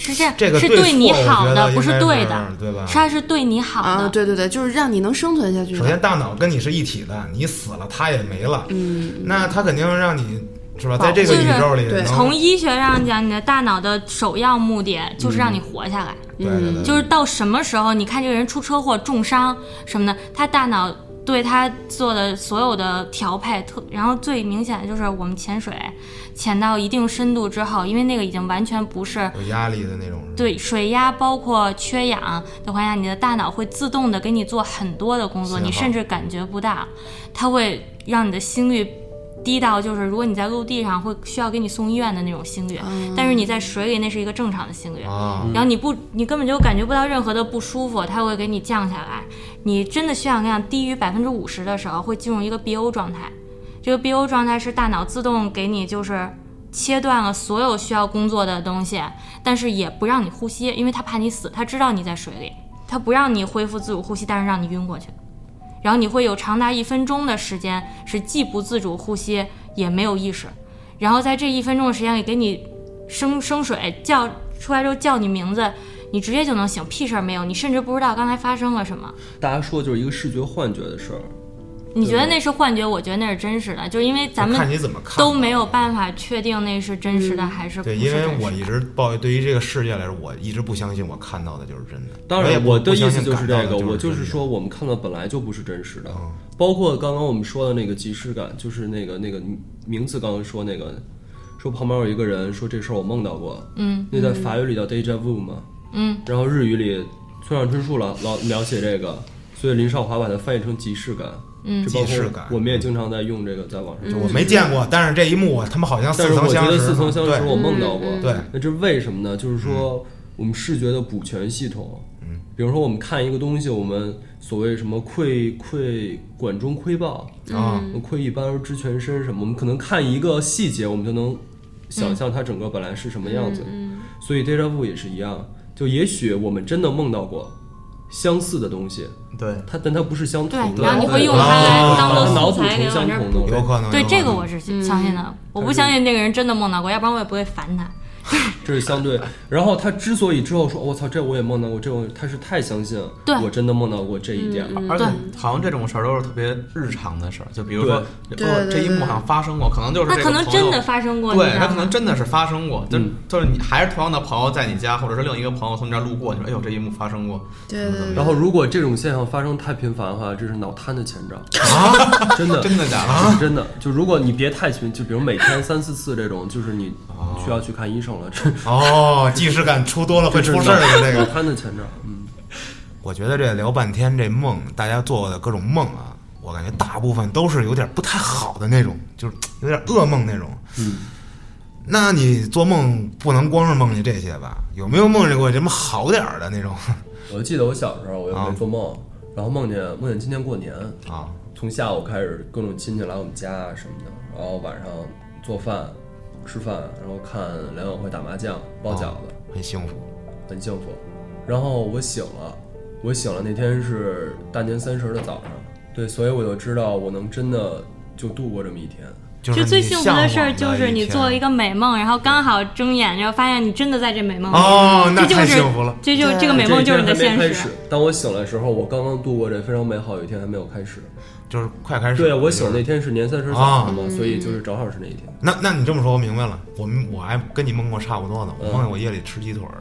C: 是这样，
B: 这个
C: 是
B: 对
C: 对你
B: 错我
C: 好
B: 觉得
C: 的，
B: 应
C: 不是
B: 该
C: 对
B: 是
C: 的，
B: 对吧
C: 是它是对你好
D: 啊！
C: 的。
D: 对对对，就是让你能生存下去
B: 首先
D: 的。
B: 大脑跟你是一体的，你死了它也没了，
D: 嗯，
B: 那它肯定让你是吧，
D: 保
B: 在这个
C: 就是
B: 宇宙里
D: 对
B: 能
C: 从医学上讲，你的大脑的首要目的就是让
B: 嗯
C: 你活下来。
B: 对
D: 嗯
B: 对对，
C: 嗯就是到什么时候，你看这个人出车祸、重伤什么的，他大脑对他做的所有的调配特，然后最明显的就是我们潜水，潜到一定深度之后，因为那个已经完全不是
B: 有压力的那种。，
C: 对水压，包括缺氧的环境下，你的大脑会自动的给你做很多的工作，
B: 信号
C: 你甚至感觉不到，它会让你的心率。低到就是，如果你在陆地上会需要给你送医院的那种心率，但是你在水里那是一个正常的心率
B: 啊
C: 然后你不，你根本就感觉不到任何的不舒服，它会给你降下来。你真的血氧量低于百分之五十的时候，会进入一个 BO 状态。这个 BO 状态是大脑自动给你就是切断了所有需要工作的东西，但是也不让你呼吸，因为它怕你死，它知道你在水里，它不让你恢复自主呼吸，但是让你晕过去。然后你会有长达一分钟的时间是既不自主呼吸，也没有意识。然后在这一分钟的时间里，给你生生水叫出来之后叫你名字，你直接就能醒，屁事儿没有，你甚至不知道刚才发生了什么。
E: 大家说就是一个视觉幻觉的事儿，
C: 你觉得那是幻觉，我觉得那是真实的，就是因为咱们
B: 看你怎么看
C: 都没有办法确定那是真实的还是不
B: 对，
C: 是
B: 因
C: 真实
B: 为
C: 的。
B: 我一直抱对于这个世界来说，我一直不相信我看到的就是真的。
E: 当
B: 我也
E: 然，
B: 不
E: 我的
B: 不
E: 意
B: 相
E: 思
B: 信
E: 就是
B: 感
E: 这
B: 到的
E: 个，
B: 就
E: 我就是
B: 真的
E: 说，，我们看到本来就不是真实的，
B: 嗯
E: 包括刚刚我们说的那个即视感，就是那个那个名字刚刚说那个，说旁边有一个人说这事儿我梦到过，嗯，那在法语里叫 deja vu 嘛，嗯，然后日语里村上春树老老描写这个，所以林少华把它翻译成即视感，嗯，这包
B: 即视感
E: 括我们也经常在用这个在网
C: 嗯
E: 上，
B: 就我没见过，但是这一幕我他妈好像
E: 但
B: 似
E: 是我
B: 曾
E: 觉
B: 相
E: 得
B: 识，
E: 似曾相识，我
B: 对啊嗯
E: 梦到过。
B: 对嗯
E: 那这为什么呢？就是说我们视觉的补全系统，嗯，比如说我们看一个东西，我们所谓什么窥窥管中窥豹
C: 嗯
B: 啊，
E: 窥一斑而知全身什么，我们可能看一个细节，我们就能想象它整个本来是什么样
C: 嗯
E: 子。所以 deja vu 也是一样，就也许我们真的梦到过相似的东西，
A: 对，
E: 它但它不是相同
C: 对
E: 的，，
C: 然后你会用
B: 对嗯
C: 它来当
E: 它脑
C: 做素
E: 补
C: 材给
E: 成
C: 往
E: 相
C: 这儿
E: 同
C: 补
E: 的。
B: 有可能
C: 嗯对
B: 有
C: 这
B: 可
C: 个
B: 能
C: 我是相信的，我不相信那个人真的梦到过，要不然我也不会烦他。
E: 这是
B: (laughs)
E: 相对。然后他之所以之后说，我、操，这我也梦到过，这我他是太相信
C: 对
E: 我真的梦到过这一点了。
A: 而且好像这种事儿都是特别日常的事儿，就比如说，
D: 对
A: 哦，
D: 对
A: 这一幕
D: 对
A: 好像发生过，可能就是
C: 那
A: 这
C: 可
A: 个
C: 能
A: 朋
C: 真
A: 友
C: 的发生过，你
A: 对
C: 知
A: 他
C: 道
A: 可能
C: 吗？
A: 真的是发生过，就
E: 嗯
A: 就是你还是同样的朋友在你家，或者是另一个朋友从你这儿路过，你说哎呦这一幕发生过，
D: 对
B: 嗯
D: 对对
E: 然后，如果这种现象发生太频繁的话，这是脑瘫的前兆啊！真的，
A: 真的假的？
E: 这是真的。就如果你别太频，就比如每天三四次这种，就是你需要去看医生了。这
B: 哦，既视感出多了会
E: 这是
B: 出事儿的这
E: 脑
B: 个。
E: 瘫的前兆。嗯，
B: 我觉得这聊半天这梦，大家做过的各种梦啊，我感觉大部分都是有点不太好的那种，就是有点噩梦那种。
E: 嗯，
B: 那你做梦不能光是梦见这些吧？有没有梦见过什么好点儿的
E: (laughs)
B: 那种
E: 我记得我小时候，我有一回做梦，然后梦见梦见今年过年，
B: 啊？
E: 从下午开始，各种亲戚来我们家啊什么的，然后晚上做饭、吃饭，然后看联欢会打麻将、包饺子，
B: 啊很幸福
E: 很幸福。然后我醒了，我醒了那天是大年三十的早上，对，所以我就知道我能真的就度过这么一天。
B: 就是
C: 就最幸福的事儿
B: 你向
C: 就
B: 往
C: 是你
B: 一天
C: 做了一个美梦，然后刚好睁眼，然后发现你真的在这美梦里。
B: 哦，那
C: 这就
B: 太
C: 是
B: 幸福了。
C: 这就
D: 对
C: 这个美梦就是你的
E: 这一天还没
C: 现
E: 开
C: 实
E: 始。。当我醒来的时候，我刚刚度过这非常美好的一天，还没有开始。
B: 就是快开始。
E: 对啊我醒
B: 那
E: 那天是年三十早上嘛，所
C: 嗯
E: 以就是正好是那一天。
B: 那那你这么说，我明白了。我们我还跟你梦过差不多呢。我
E: 嗯
B: 梦见我夜里吃鸡腿
C: (laughs)
B: 儿，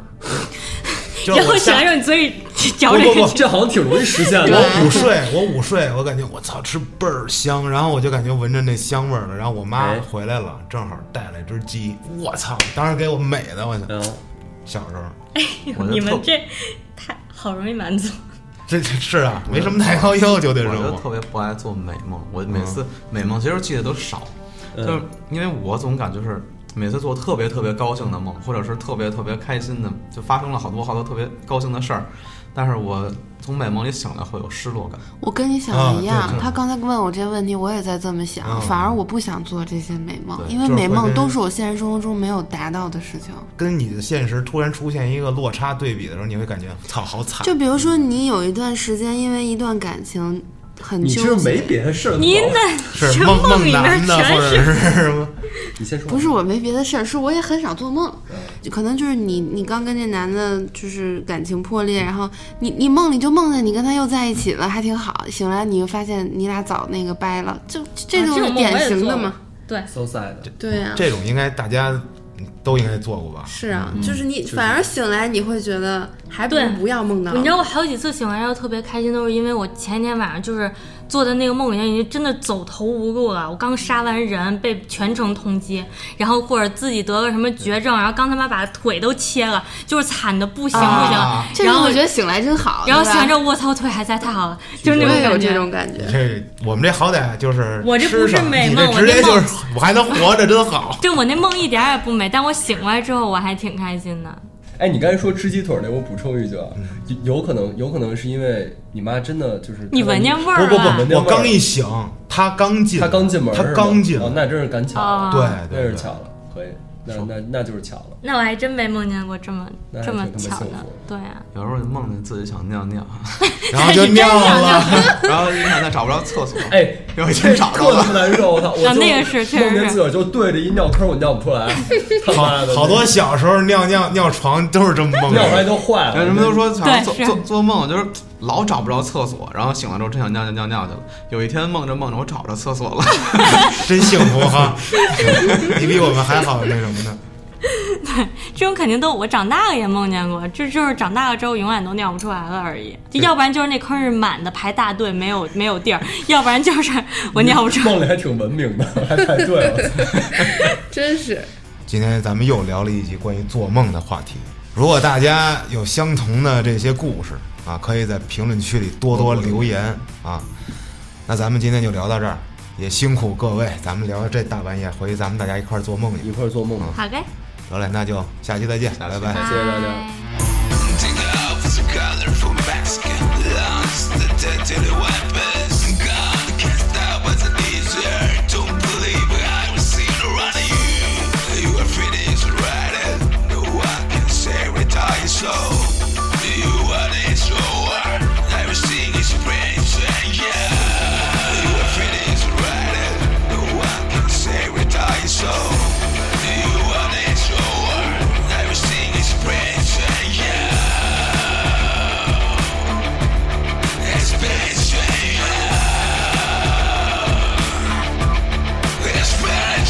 B: 就是
C: 然后
B: 我
C: 起
B: 下
C: 来之后，你嘴里嚼
E: 不
C: 着
E: 不不，
C: 个
E: 这好像挺容易实现的。
B: 我午睡，我午睡，我感觉我操吃倍儿香，然后我就感觉闻着那香味儿了。然后我妈
E: 哎
B: 回来了，正好带了一只鸡，我操！当时给我美的，我操！
E: 嗯，
B: 小时候
A: 我就
C: 你们
A: 特
C: 这太好容易满足。
B: 这这是啊，没什么太高要求对
A: 我
B: 生
A: 就特
B: 活。
A: 别不爱
E: 嗯
A: 做美梦，我每次美梦其实记得都少，就是因为我总感觉就是每次做特别特别高兴的梦，或者是特别特别开心的，就发生了好多好多特别高兴的事儿，但是我从美梦里醒来会有失落感。
D: 我跟你想的一样，
B: 啊对
D: 他刚才问我这个问题，我也在这么想。
B: 嗯
D: 反而我不想做这些美梦，
A: 对
D: 因为
B: 就是
D: 美
B: 会
D: 梦
B: 跟啊
D: 都是我现实生活中没有达到的事情。
B: 跟你的现实突然出现一个落差对比的时候，你会感觉操，好惨。
D: 就比如说，你有一段时间因为一段感情很
E: 你其实
D: 纠结，
E: 没别的事儿，
C: 您
E: 好吧
B: 是
C: 这
B: 梦
C: 梦里面
B: 男的，
C: 全
B: 或者是什么？
E: 你先说，
D: 不是我没别的事儿，是我也很少做梦。就可能就是你，你刚跟这男的就是感情破裂，然后你你梦里就梦见你跟他又在一起了，还挺好。醒来你就发现你俩早那个掰了，就这
C: 啊这
D: 是
C: 种梦我
D: 典
C: 也
D: 型
C: 做
D: 的
C: 过
D: 嘛。
C: 对，
E: so sad，
D: 对呀、
B: 这种应该大家都应该做过吧？
D: 是啊，就是你反而醒来你会觉得还不
C: 对
D: 如不要梦到。
C: 你知道我好几次醒来之后特别开心，都是因为我前一天晚上就是做的那个梦里面已经真的走投无路了，我刚杀完人被全城通缉，然后或者自己得了什么绝症，然后刚他妈把腿都切了，就是惨的不行不行，
B: 啊
D: 这
C: 然
D: 种
C: 后
D: 我觉得醒来真好。
C: 然后
D: 对吧
C: 想着我操腿还在，太好了，就是那
D: 我
C: 种
D: 也有
C: 感觉。
D: 这种感觉。
B: 这我们这好歹就是
C: 我这不
B: 吃
C: 是
B: 上
C: 美
B: 你
C: 梦
B: 这
C: 我
B: 直
C: 这
B: 接
C: 梦
B: 就是我还能活着，真好。
C: 对我那梦一点儿也不美，但我醒过来之后我还挺开心的。
E: 哎，你刚才说吃鸡腿儿那，我补充一句啊，有有可能，有可能是因为你妈真的就是
C: 你闻见味
B: 不
C: 儿啊
B: 不
C: 了？
E: 闻
B: 不，
E: 见
B: 我
E: 味儿
B: 刚一醒，他刚进，
E: 她刚进门儿
B: 他
E: 是吗，
B: 刚进，
E: 哦，那真是赶巧了，
C: 啊
B: 对
E: 那
B: 对
E: 是
B: 对
E: 巧了，可以，那那那就是巧了，
C: 那我还真没梦见过这么
E: 那还
C: 这么
E: 挺他妈
C: 巧
E: 幸
C: 的
E: 福。
C: 对啊，
A: 有时候就梦见自己想尿 (laughs) 尿，
B: 然后就尿 (laughs) 了。
A: 然后一看但找不着厕所，
E: 哎，
A: 有一天找着
E: 特
A: 了，
E: 别难受，我操！我
C: 啊
E: 就
C: 那个是确实
E: 梦见
C: 是
E: 自个儿就对着一尿坑，我尿不出来，他妈的，
B: 好好多小时候尿尿尿床都是这么梦
E: 尿出来
B: 的。
E: 都坏了。
A: 人们都说好像
C: 对
A: 做
C: 是
A: 做做梦就是老找不着厕所，然后醒来之后真想尿尿尿尿去了。有一天梦着梦着我找着厕所了，
B: (laughs) 真幸福哈！ (laughs) 你比我们还好那什么呢？
C: 这种肯定都我长大了也梦见过，这就是长大了之后永远都尿不出来了而已。就要不然就是那坑是满的排大队没有没有地儿，要不然就是我尿不出来。
E: 梦里还挺文明的，还排队了。
D: 真是
B: 今天咱们又聊了一集关于做梦的话题。如果大家有相同的这些故事啊，可以在评论区里多多留言啊。那咱们今天就聊到这儿，也辛苦各位，咱们聊到这大半夜，回去咱们大家一块儿做梦去
E: 一。块儿做梦吧。
C: 好嘞，
B: 得嘞，那就下期再见，拜拜。
E: 谢谢大家
C: 拜
F: Take off the colorful mask Lost the deadly weapons God can't stop us a desert Don't believe I will see the run of you You are finished writing No one can say what I saw You are the shower Everything is strange and yeah You are finished writing No one can say what I saw You are the shower Everything is strange and yeah Especially Don't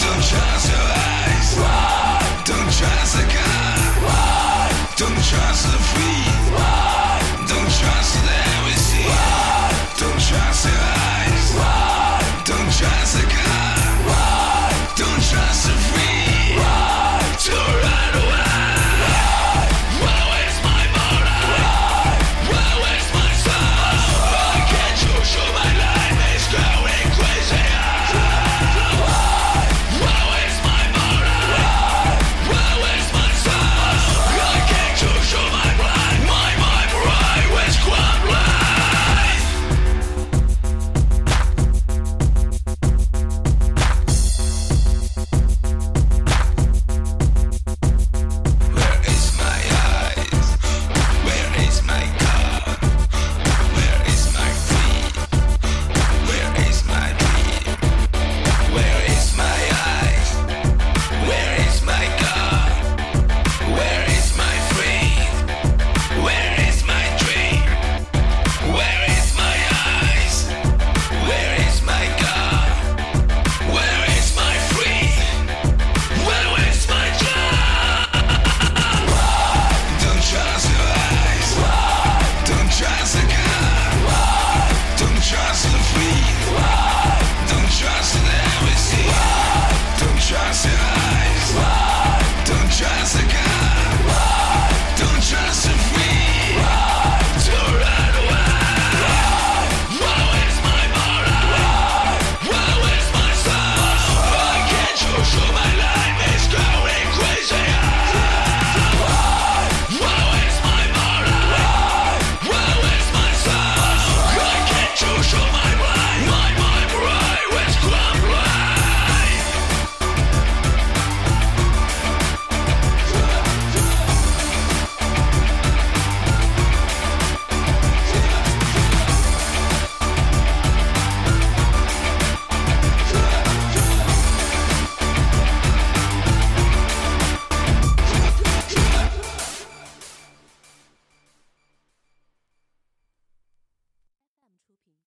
F: trust your eyes Don't trust the gun Don't trust the free